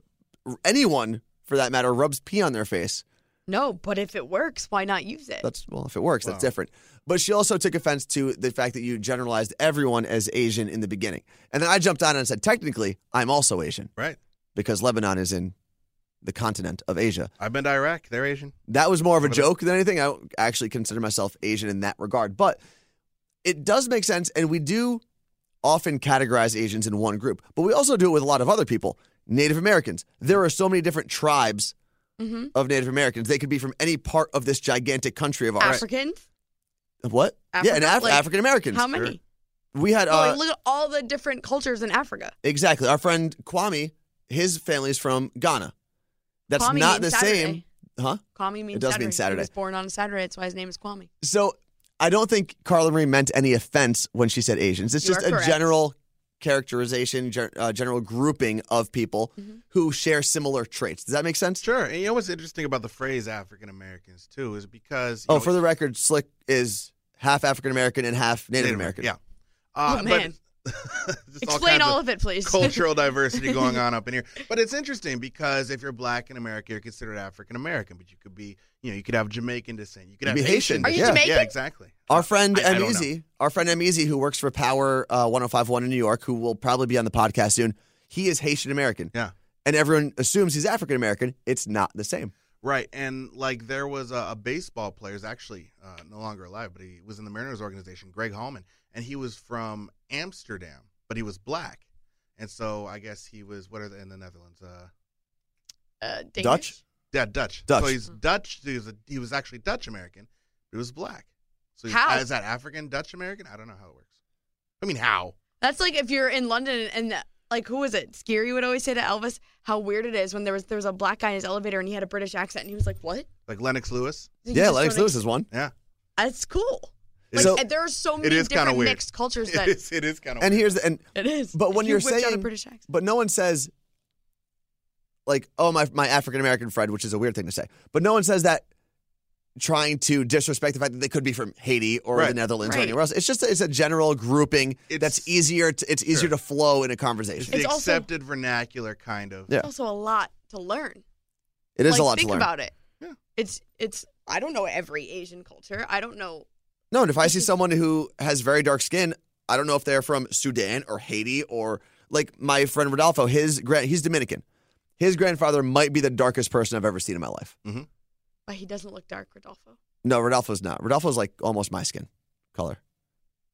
Speaker 3: anyone, for that matter, rubs pee on their face.
Speaker 4: No, but if it works, why not use it?
Speaker 3: That's well, if it works,
Speaker 6: Wow.
Speaker 3: that's different. But she also took offense to the fact that you generalized everyone as Asian in the beginning, and then I jumped on and said, technically, I'm also Asian
Speaker 6: Right.
Speaker 3: because Lebanon is in the continent of Asia.
Speaker 6: I've been to Iraq. They're Asian.
Speaker 3: That was more of a
Speaker 6: What a-
Speaker 3: joke than anything. I don't actually consider myself Asian in that regard, but it does make sense. And we do often categorize Asians in one group, but we also do it with a lot of other people. Native Americans. There are so many different tribes
Speaker 4: Mm-hmm.
Speaker 3: of Native Americans. They could be from any part of this gigantic country of ours.
Speaker 4: Africans?
Speaker 3: What? yeah, and
Speaker 4: Africa?
Speaker 3: Af-
Speaker 4: Like,
Speaker 3: African Americans.
Speaker 4: How many?
Speaker 3: We had
Speaker 4: Well,
Speaker 3: uh,
Speaker 4: like, look at all the different cultures in Africa.
Speaker 3: exactly our friend Kwame. His family's from Ghana. That's
Speaker 4: Kwame
Speaker 3: not the
Speaker 4: means
Speaker 3: same,
Speaker 4: Saturday.
Speaker 3: huh?
Speaker 4: Kwame means
Speaker 3: It does mean
Speaker 4: He was
Speaker 3: Saturday.
Speaker 4: born on a Saturday. That's why his name is Kwame.
Speaker 3: So I don't think Carla Marie meant any offense when she said Asians. It's
Speaker 4: You
Speaker 3: just
Speaker 4: are
Speaker 3: a
Speaker 4: correct.
Speaker 3: general characterization, gen- uh, general grouping of people
Speaker 4: Mm-hmm.
Speaker 3: who share similar traits. Does that make sense?
Speaker 6: Sure. And you know what's interesting about the phrase African Americans too is because you
Speaker 3: Oh,
Speaker 6: know,
Speaker 3: for the record, Slick is half African American and half Native, American.
Speaker 6: Yeah. Uh,
Speaker 4: Oh,
Speaker 6: but-
Speaker 4: man.
Speaker 6: just all
Speaker 4: Explain
Speaker 6: kinds
Speaker 4: all of it, please.
Speaker 6: cultural diversity going on up in here. But it's interesting because if you're black in America, you're considered African American, but you could be, you know, you could have Jamaican descent. You could
Speaker 3: You'd
Speaker 6: have
Speaker 3: be Haitian.
Speaker 6: Haitian.
Speaker 3: Are you
Speaker 6: descent. Yeah,
Speaker 4: Jamaican?
Speaker 6: exactly.
Speaker 3: Our friend
Speaker 6: I- I don't
Speaker 3: Amuzi, our friend Amuzi, who works for Power uh, 1051 in New York, who will probably be on the podcast soon, he is Haitian American.
Speaker 6: Yeah.
Speaker 3: And everyone assumes he's African American. It's not the same.
Speaker 6: Right. And like there was a, a baseball player, is actually uh, no longer alive, but he was in the Mariners organization, Greg Hallman, and he was from Amsterdam, but he was black. And so I guess he was, what are the, in the Netherlands? Uh,
Speaker 4: Uh, Danish?
Speaker 3: Dutch?
Speaker 6: yeah, Dutch.
Speaker 3: Dutch.
Speaker 6: So he's
Speaker 4: Mm.
Speaker 6: Dutch. He was, a, he was actually Dutch American, but he was black. So he's,
Speaker 4: How?
Speaker 6: is that African Dutch American? I don't know how it works. I mean, how?
Speaker 4: That's like if you're in London and, and like who was it? Scary would always say to Elvis how weird it is when there was there was a black guy in his elevator and he had a British accent and he was like, "What?"
Speaker 6: Like Lennox Lewis?
Speaker 4: He
Speaker 3: yeah,
Speaker 4: just
Speaker 3: Lennox
Speaker 4: wanted-
Speaker 3: Lewis is one.
Speaker 6: Yeah.
Speaker 4: That's cool.
Speaker 6: It
Speaker 4: Like,
Speaker 3: So-
Speaker 4: and there are so many
Speaker 6: is kinda
Speaker 4: different
Speaker 6: weird.
Speaker 4: mixed cultures
Speaker 6: It
Speaker 4: that
Speaker 6: is, it is kind of
Speaker 3: And here's the, and
Speaker 4: it is.
Speaker 3: But when
Speaker 4: He
Speaker 3: you're
Speaker 4: whipped out a
Speaker 3: saying-
Speaker 4: British accent.
Speaker 3: But no one says, like, oh, my, my African American friend, which is a weird thing to say. But no one says that trying to disrespect the fact that they could be from Haiti or the
Speaker 6: Right.
Speaker 3: Netherlands or
Speaker 4: Right.
Speaker 3: anywhere else. It's just it's a general grouping that's
Speaker 6: It's-
Speaker 3: easier. To, it's easier to flow in a conversation.
Speaker 6: the
Speaker 4: It's also-
Speaker 6: accepted vernacular kind of.
Speaker 3: Yeah.
Speaker 4: It's also a lot to learn.
Speaker 3: It is
Speaker 4: like,
Speaker 3: a lot
Speaker 4: think
Speaker 3: to learn.
Speaker 4: about it.
Speaker 6: Yeah.
Speaker 4: It's it's I don't know every Asian culture. I don't know.
Speaker 3: No, and if I see someone who has very dark skin, I don't know if they're from Sudan or Haiti or like my friend Rodolfo, his grand he's Dominican. His grandfather might be the darkest person I've ever seen in my life.
Speaker 4: But he doesn't look dark, Rodolfo.
Speaker 3: No, Rodolfo's not. Rodolfo's like almost my skin color.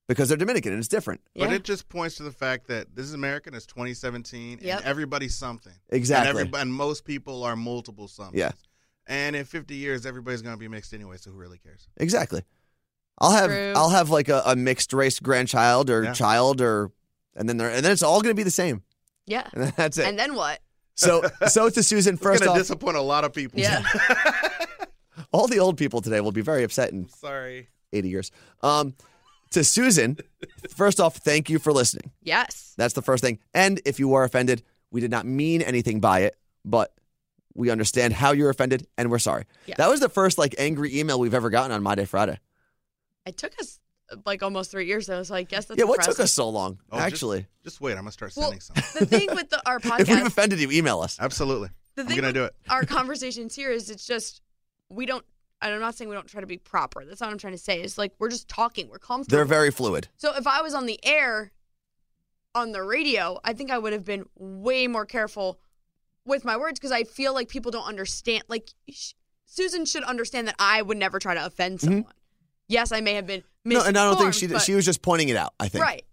Speaker 3: Because they're Dominican and it's different.
Speaker 6: But
Speaker 4: Yeah.
Speaker 6: it just points to the fact that this is America and it's 2017
Speaker 4: Yep.
Speaker 6: and everybody's something.
Speaker 3: Exactly.
Speaker 6: And, everybo- and most people are multiple somethings.
Speaker 3: Yeah.
Speaker 6: And in 50 years, everybody's going to be mixed anyway, so who really cares?
Speaker 3: Exactly. I'll have
Speaker 4: True.
Speaker 3: I'll have like a, a mixed race grandchild or
Speaker 6: Yeah.
Speaker 3: child or and then they're and then it's all gonna be the same.
Speaker 4: Yeah.
Speaker 3: And that's it.
Speaker 4: And then what?
Speaker 3: so so to Susan,
Speaker 6: It's
Speaker 3: first
Speaker 6: going
Speaker 3: off
Speaker 6: to disappoint a lot of people.
Speaker 4: Yeah.
Speaker 3: all the old people today will be very upset and
Speaker 6: Sorry.
Speaker 3: 80 years. Um, to Susan, first off, thank you for listening.
Speaker 4: Yes.
Speaker 3: That's the first thing. And if you are offended, we did not mean anything by it, but we understand how you're offended and we're sorry.
Speaker 4: Yeah.
Speaker 3: That was the first like angry email we've ever gotten on My Day Friday.
Speaker 4: It took us uh, like almost three years though, so I guess that's
Speaker 3: yeah, what
Speaker 4: impressive.
Speaker 3: took us so long?
Speaker 6: Oh, just-
Speaker 3: actually,
Speaker 6: Just, wait. I'm going to start
Speaker 4: Well,
Speaker 6: sending something.
Speaker 4: the thing with the, our
Speaker 3: if we've
Speaker 4: podcast,
Speaker 3: offended you, email us.
Speaker 6: Absolutely.
Speaker 4: the
Speaker 6: I'm
Speaker 4: thing
Speaker 6: going to
Speaker 4: with
Speaker 6: do it.
Speaker 4: our conversations here is it's just we don't. And I'm not saying we don't try to be proper. That's not what I'm trying to say. It's like we're just talking. We're comfortable.
Speaker 3: They're very fluid.
Speaker 4: So if I was on the air, on the radio, I think I would have been way more careful with my words because I feel like people don't understand. Like sh- Susan should understand that I would never try to offend someone. Yes, I may have been
Speaker 3: Mm-hmm. No,
Speaker 4: misinformed.
Speaker 3: and I don't think she
Speaker 4: but,
Speaker 3: she was just pointing it out, I think.
Speaker 4: right.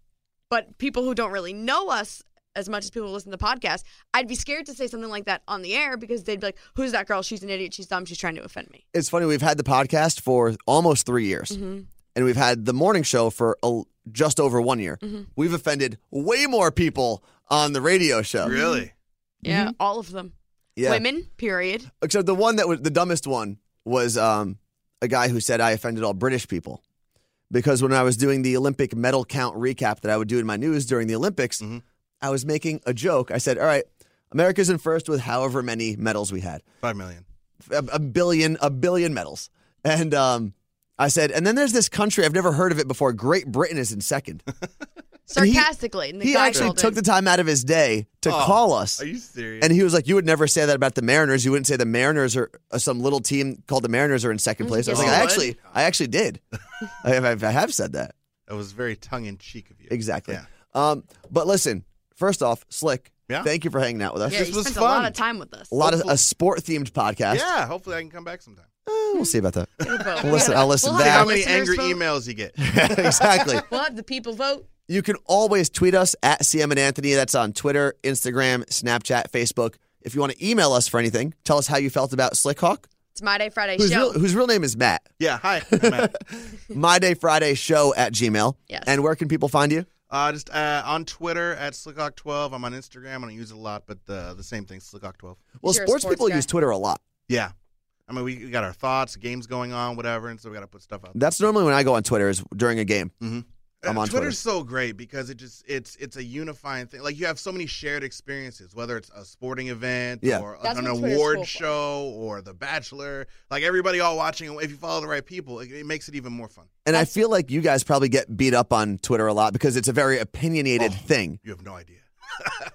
Speaker 4: But people who don't really know us as much as people who listen to the podcast, I'd be scared to say something like that on the air because they'd be like, "Who's that girl? She's an idiot. She's dumb. She's trying to offend me."
Speaker 3: It's funny we've had the podcast for almost 3 years.
Speaker 4: Mm-hmm.
Speaker 3: And we've had the morning show for a, just over 1 year.
Speaker 4: Mm-hmm.
Speaker 3: We've offended way more people on the radio show.
Speaker 6: Really?
Speaker 4: Yeah, all of them.
Speaker 3: Mm-hmm. Yeah.
Speaker 4: Women. Period.
Speaker 3: Except the one that was the dumbest one was um, a guy who said I offended all British people because when I was doing the Olympic medal count recap that I would do in my news during the Olympics,
Speaker 6: Mm-hmm.
Speaker 3: I was making a joke. I said, "All right, America's in first with however many medals we had,
Speaker 6: Five million.
Speaker 3: a, a billion, a billion medals," and um, I said, "And then there's this country I've never heard of it before. Great Britain is in second. And he-
Speaker 4: Sarcastically. and the
Speaker 3: he
Speaker 4: guy
Speaker 3: actually
Speaker 4: called
Speaker 3: took
Speaker 4: in.
Speaker 3: the time out of his day to
Speaker 6: Oh,
Speaker 3: call us.
Speaker 6: Are you serious?
Speaker 3: And he was like, "You would never say that about the Mariners. You wouldn't say the Mariners are uh, some little team called the Mariners are in
Speaker 6: Mm-hmm.
Speaker 3: second place." I was
Speaker 4: Yes,
Speaker 3: like,
Speaker 4: you
Speaker 3: "I
Speaker 4: would."
Speaker 3: actually, I actually did. I, have, I have said that
Speaker 6: that was very tongue in cheek of you.
Speaker 3: exactly."
Speaker 6: Yeah.
Speaker 3: Um, but listen, first off, Slick,
Speaker 6: Yeah.
Speaker 3: thank you for hanging out with us.
Speaker 4: Yeah,
Speaker 6: This
Speaker 4: you
Speaker 6: was
Speaker 4: spent a lot
Speaker 6: fun.
Speaker 4: of time with us.
Speaker 3: A lot of a sport themed podcast.
Speaker 6: Yeah. Hopefully, I can come back sometime.
Speaker 3: Eh, we'll see about that.
Speaker 4: We'll vote.
Speaker 3: I'll listen- I'll listen
Speaker 4: We'll
Speaker 3: to
Speaker 4: have
Speaker 3: that.
Speaker 6: How
Speaker 4: the
Speaker 6: many angry
Speaker 4: listeners vote.
Speaker 6: emails you get?
Speaker 3: exactly.
Speaker 4: We'll have the people vote.
Speaker 3: You can always tweet us at CM and Anthony. That's on Twitter, Instagram, Snapchat, Facebook. If you want to email us for anything, tell us how you felt about Slick Hawk,
Speaker 4: It's my day Friday
Speaker 3: whose
Speaker 4: show.
Speaker 3: real, whose real name is Matt.
Speaker 6: yeah. Hi. I'm Matt.
Speaker 3: My Day Friday Show at Gmail.
Speaker 4: Yes.
Speaker 3: And where can people find you?
Speaker 6: Uh, just uh, on Twitter at Slickhawk12. I'm on Instagram. I don't use it a lot, but uh, the same thing, Slickhawk12.
Speaker 3: Well,
Speaker 4: You're a
Speaker 3: sports,
Speaker 4: sports
Speaker 3: people
Speaker 4: guy.
Speaker 3: use Twitter a lot.
Speaker 6: Yeah. I mean, we, we got our thoughts, games going on, whatever, and so we got to put stuff out.
Speaker 3: That's normally when I go on Twitter is during a game. I'm
Speaker 6: Uh,
Speaker 3: on
Speaker 6: Twitter's so great because it just it's it's a unifying thing. Like you have so many shared experiences, whether it's a sporting event
Speaker 3: Yeah.
Speaker 6: or
Speaker 4: That's
Speaker 6: an
Speaker 4: what Twitter's
Speaker 6: award
Speaker 4: cool for.
Speaker 6: show or The Bachelor. Like everybody all watching. If you follow the right people, it, it makes it even more fun.
Speaker 3: And I feel like you guys probably get beat up on Twitter a lot because it's a very opinionated
Speaker 6: Oh.
Speaker 3: thing.
Speaker 6: You have no idea.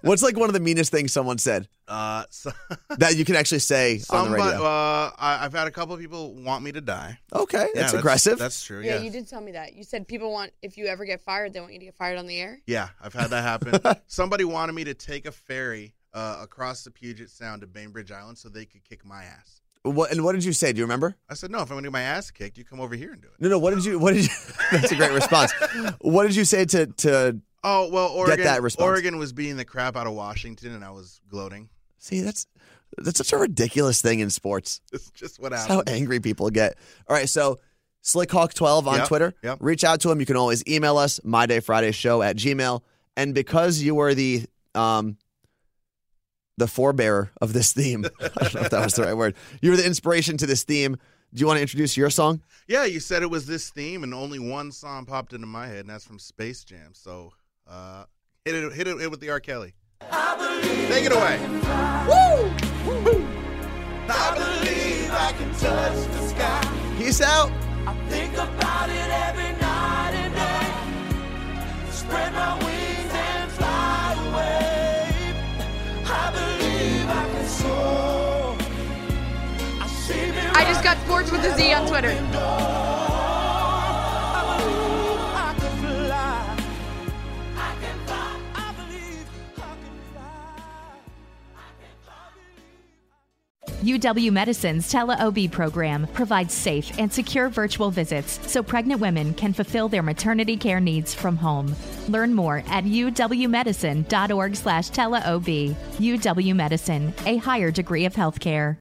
Speaker 3: What's like one of the meanest things someone said
Speaker 6: Uh, so,
Speaker 3: that you can actually say on the
Speaker 6: somebody,
Speaker 3: radio?
Speaker 6: uh, I, I've had a couple of people want me to die.
Speaker 3: okay,
Speaker 6: Yeah,
Speaker 3: that's aggressive.
Speaker 6: That's true.
Speaker 4: yeah,
Speaker 6: Yeah.
Speaker 4: you did tell me that. You said people want if you ever get fired, they want you to get fired on the air.
Speaker 6: Yeah, I've had that happen. Somebody wanted me to take a ferry uh, across the Puget Sound to Bainbridge Island so they could kick my ass.
Speaker 3: what, and what did you say? Do you remember?
Speaker 6: I said, no, if I'm going to get my ass kicked, you come over here and do it.
Speaker 3: No, no. What did you? What did you? that's a great response. What did you say to to?
Speaker 6: Oh, well, Oregon,
Speaker 3: that response.
Speaker 6: Oregon was beating the crap out of Washington, and I was gloating.
Speaker 3: See, that's that's such a ridiculous thing in sports.
Speaker 6: It's just what
Speaker 3: That's how
Speaker 6: happened.
Speaker 3: angry people get. All right, so SlickHawk12 on
Speaker 6: Yep,
Speaker 3: Twitter.
Speaker 6: yep.
Speaker 3: Reach out to him. You can always email us, mydayfridayshow at gmail. And because you were the um the forebearer of this theme, I don't know if that was the right word. You were the inspiration to this theme. Do you want to introduce your song?
Speaker 6: yeah, you said it was this theme, and only one song popped into my head, and that's from Space Jam. So uh, hit it, hit it with the R. Kelly. Take it away.
Speaker 5: I believe I can touch the sky.
Speaker 3: Peace out.
Speaker 5: Think about it every night and day. Spread my wings and fly away. I believe I can soar.
Speaker 4: Sports with a Z on Twitter.
Speaker 1: UW Medicine's TeleOB program provides safe and secure virtual visits so pregnant women can fulfill their maternity care needs from home. Learn more at uwmedicine.org slash teleOB. UW Medicine, a higher degree of healthcare.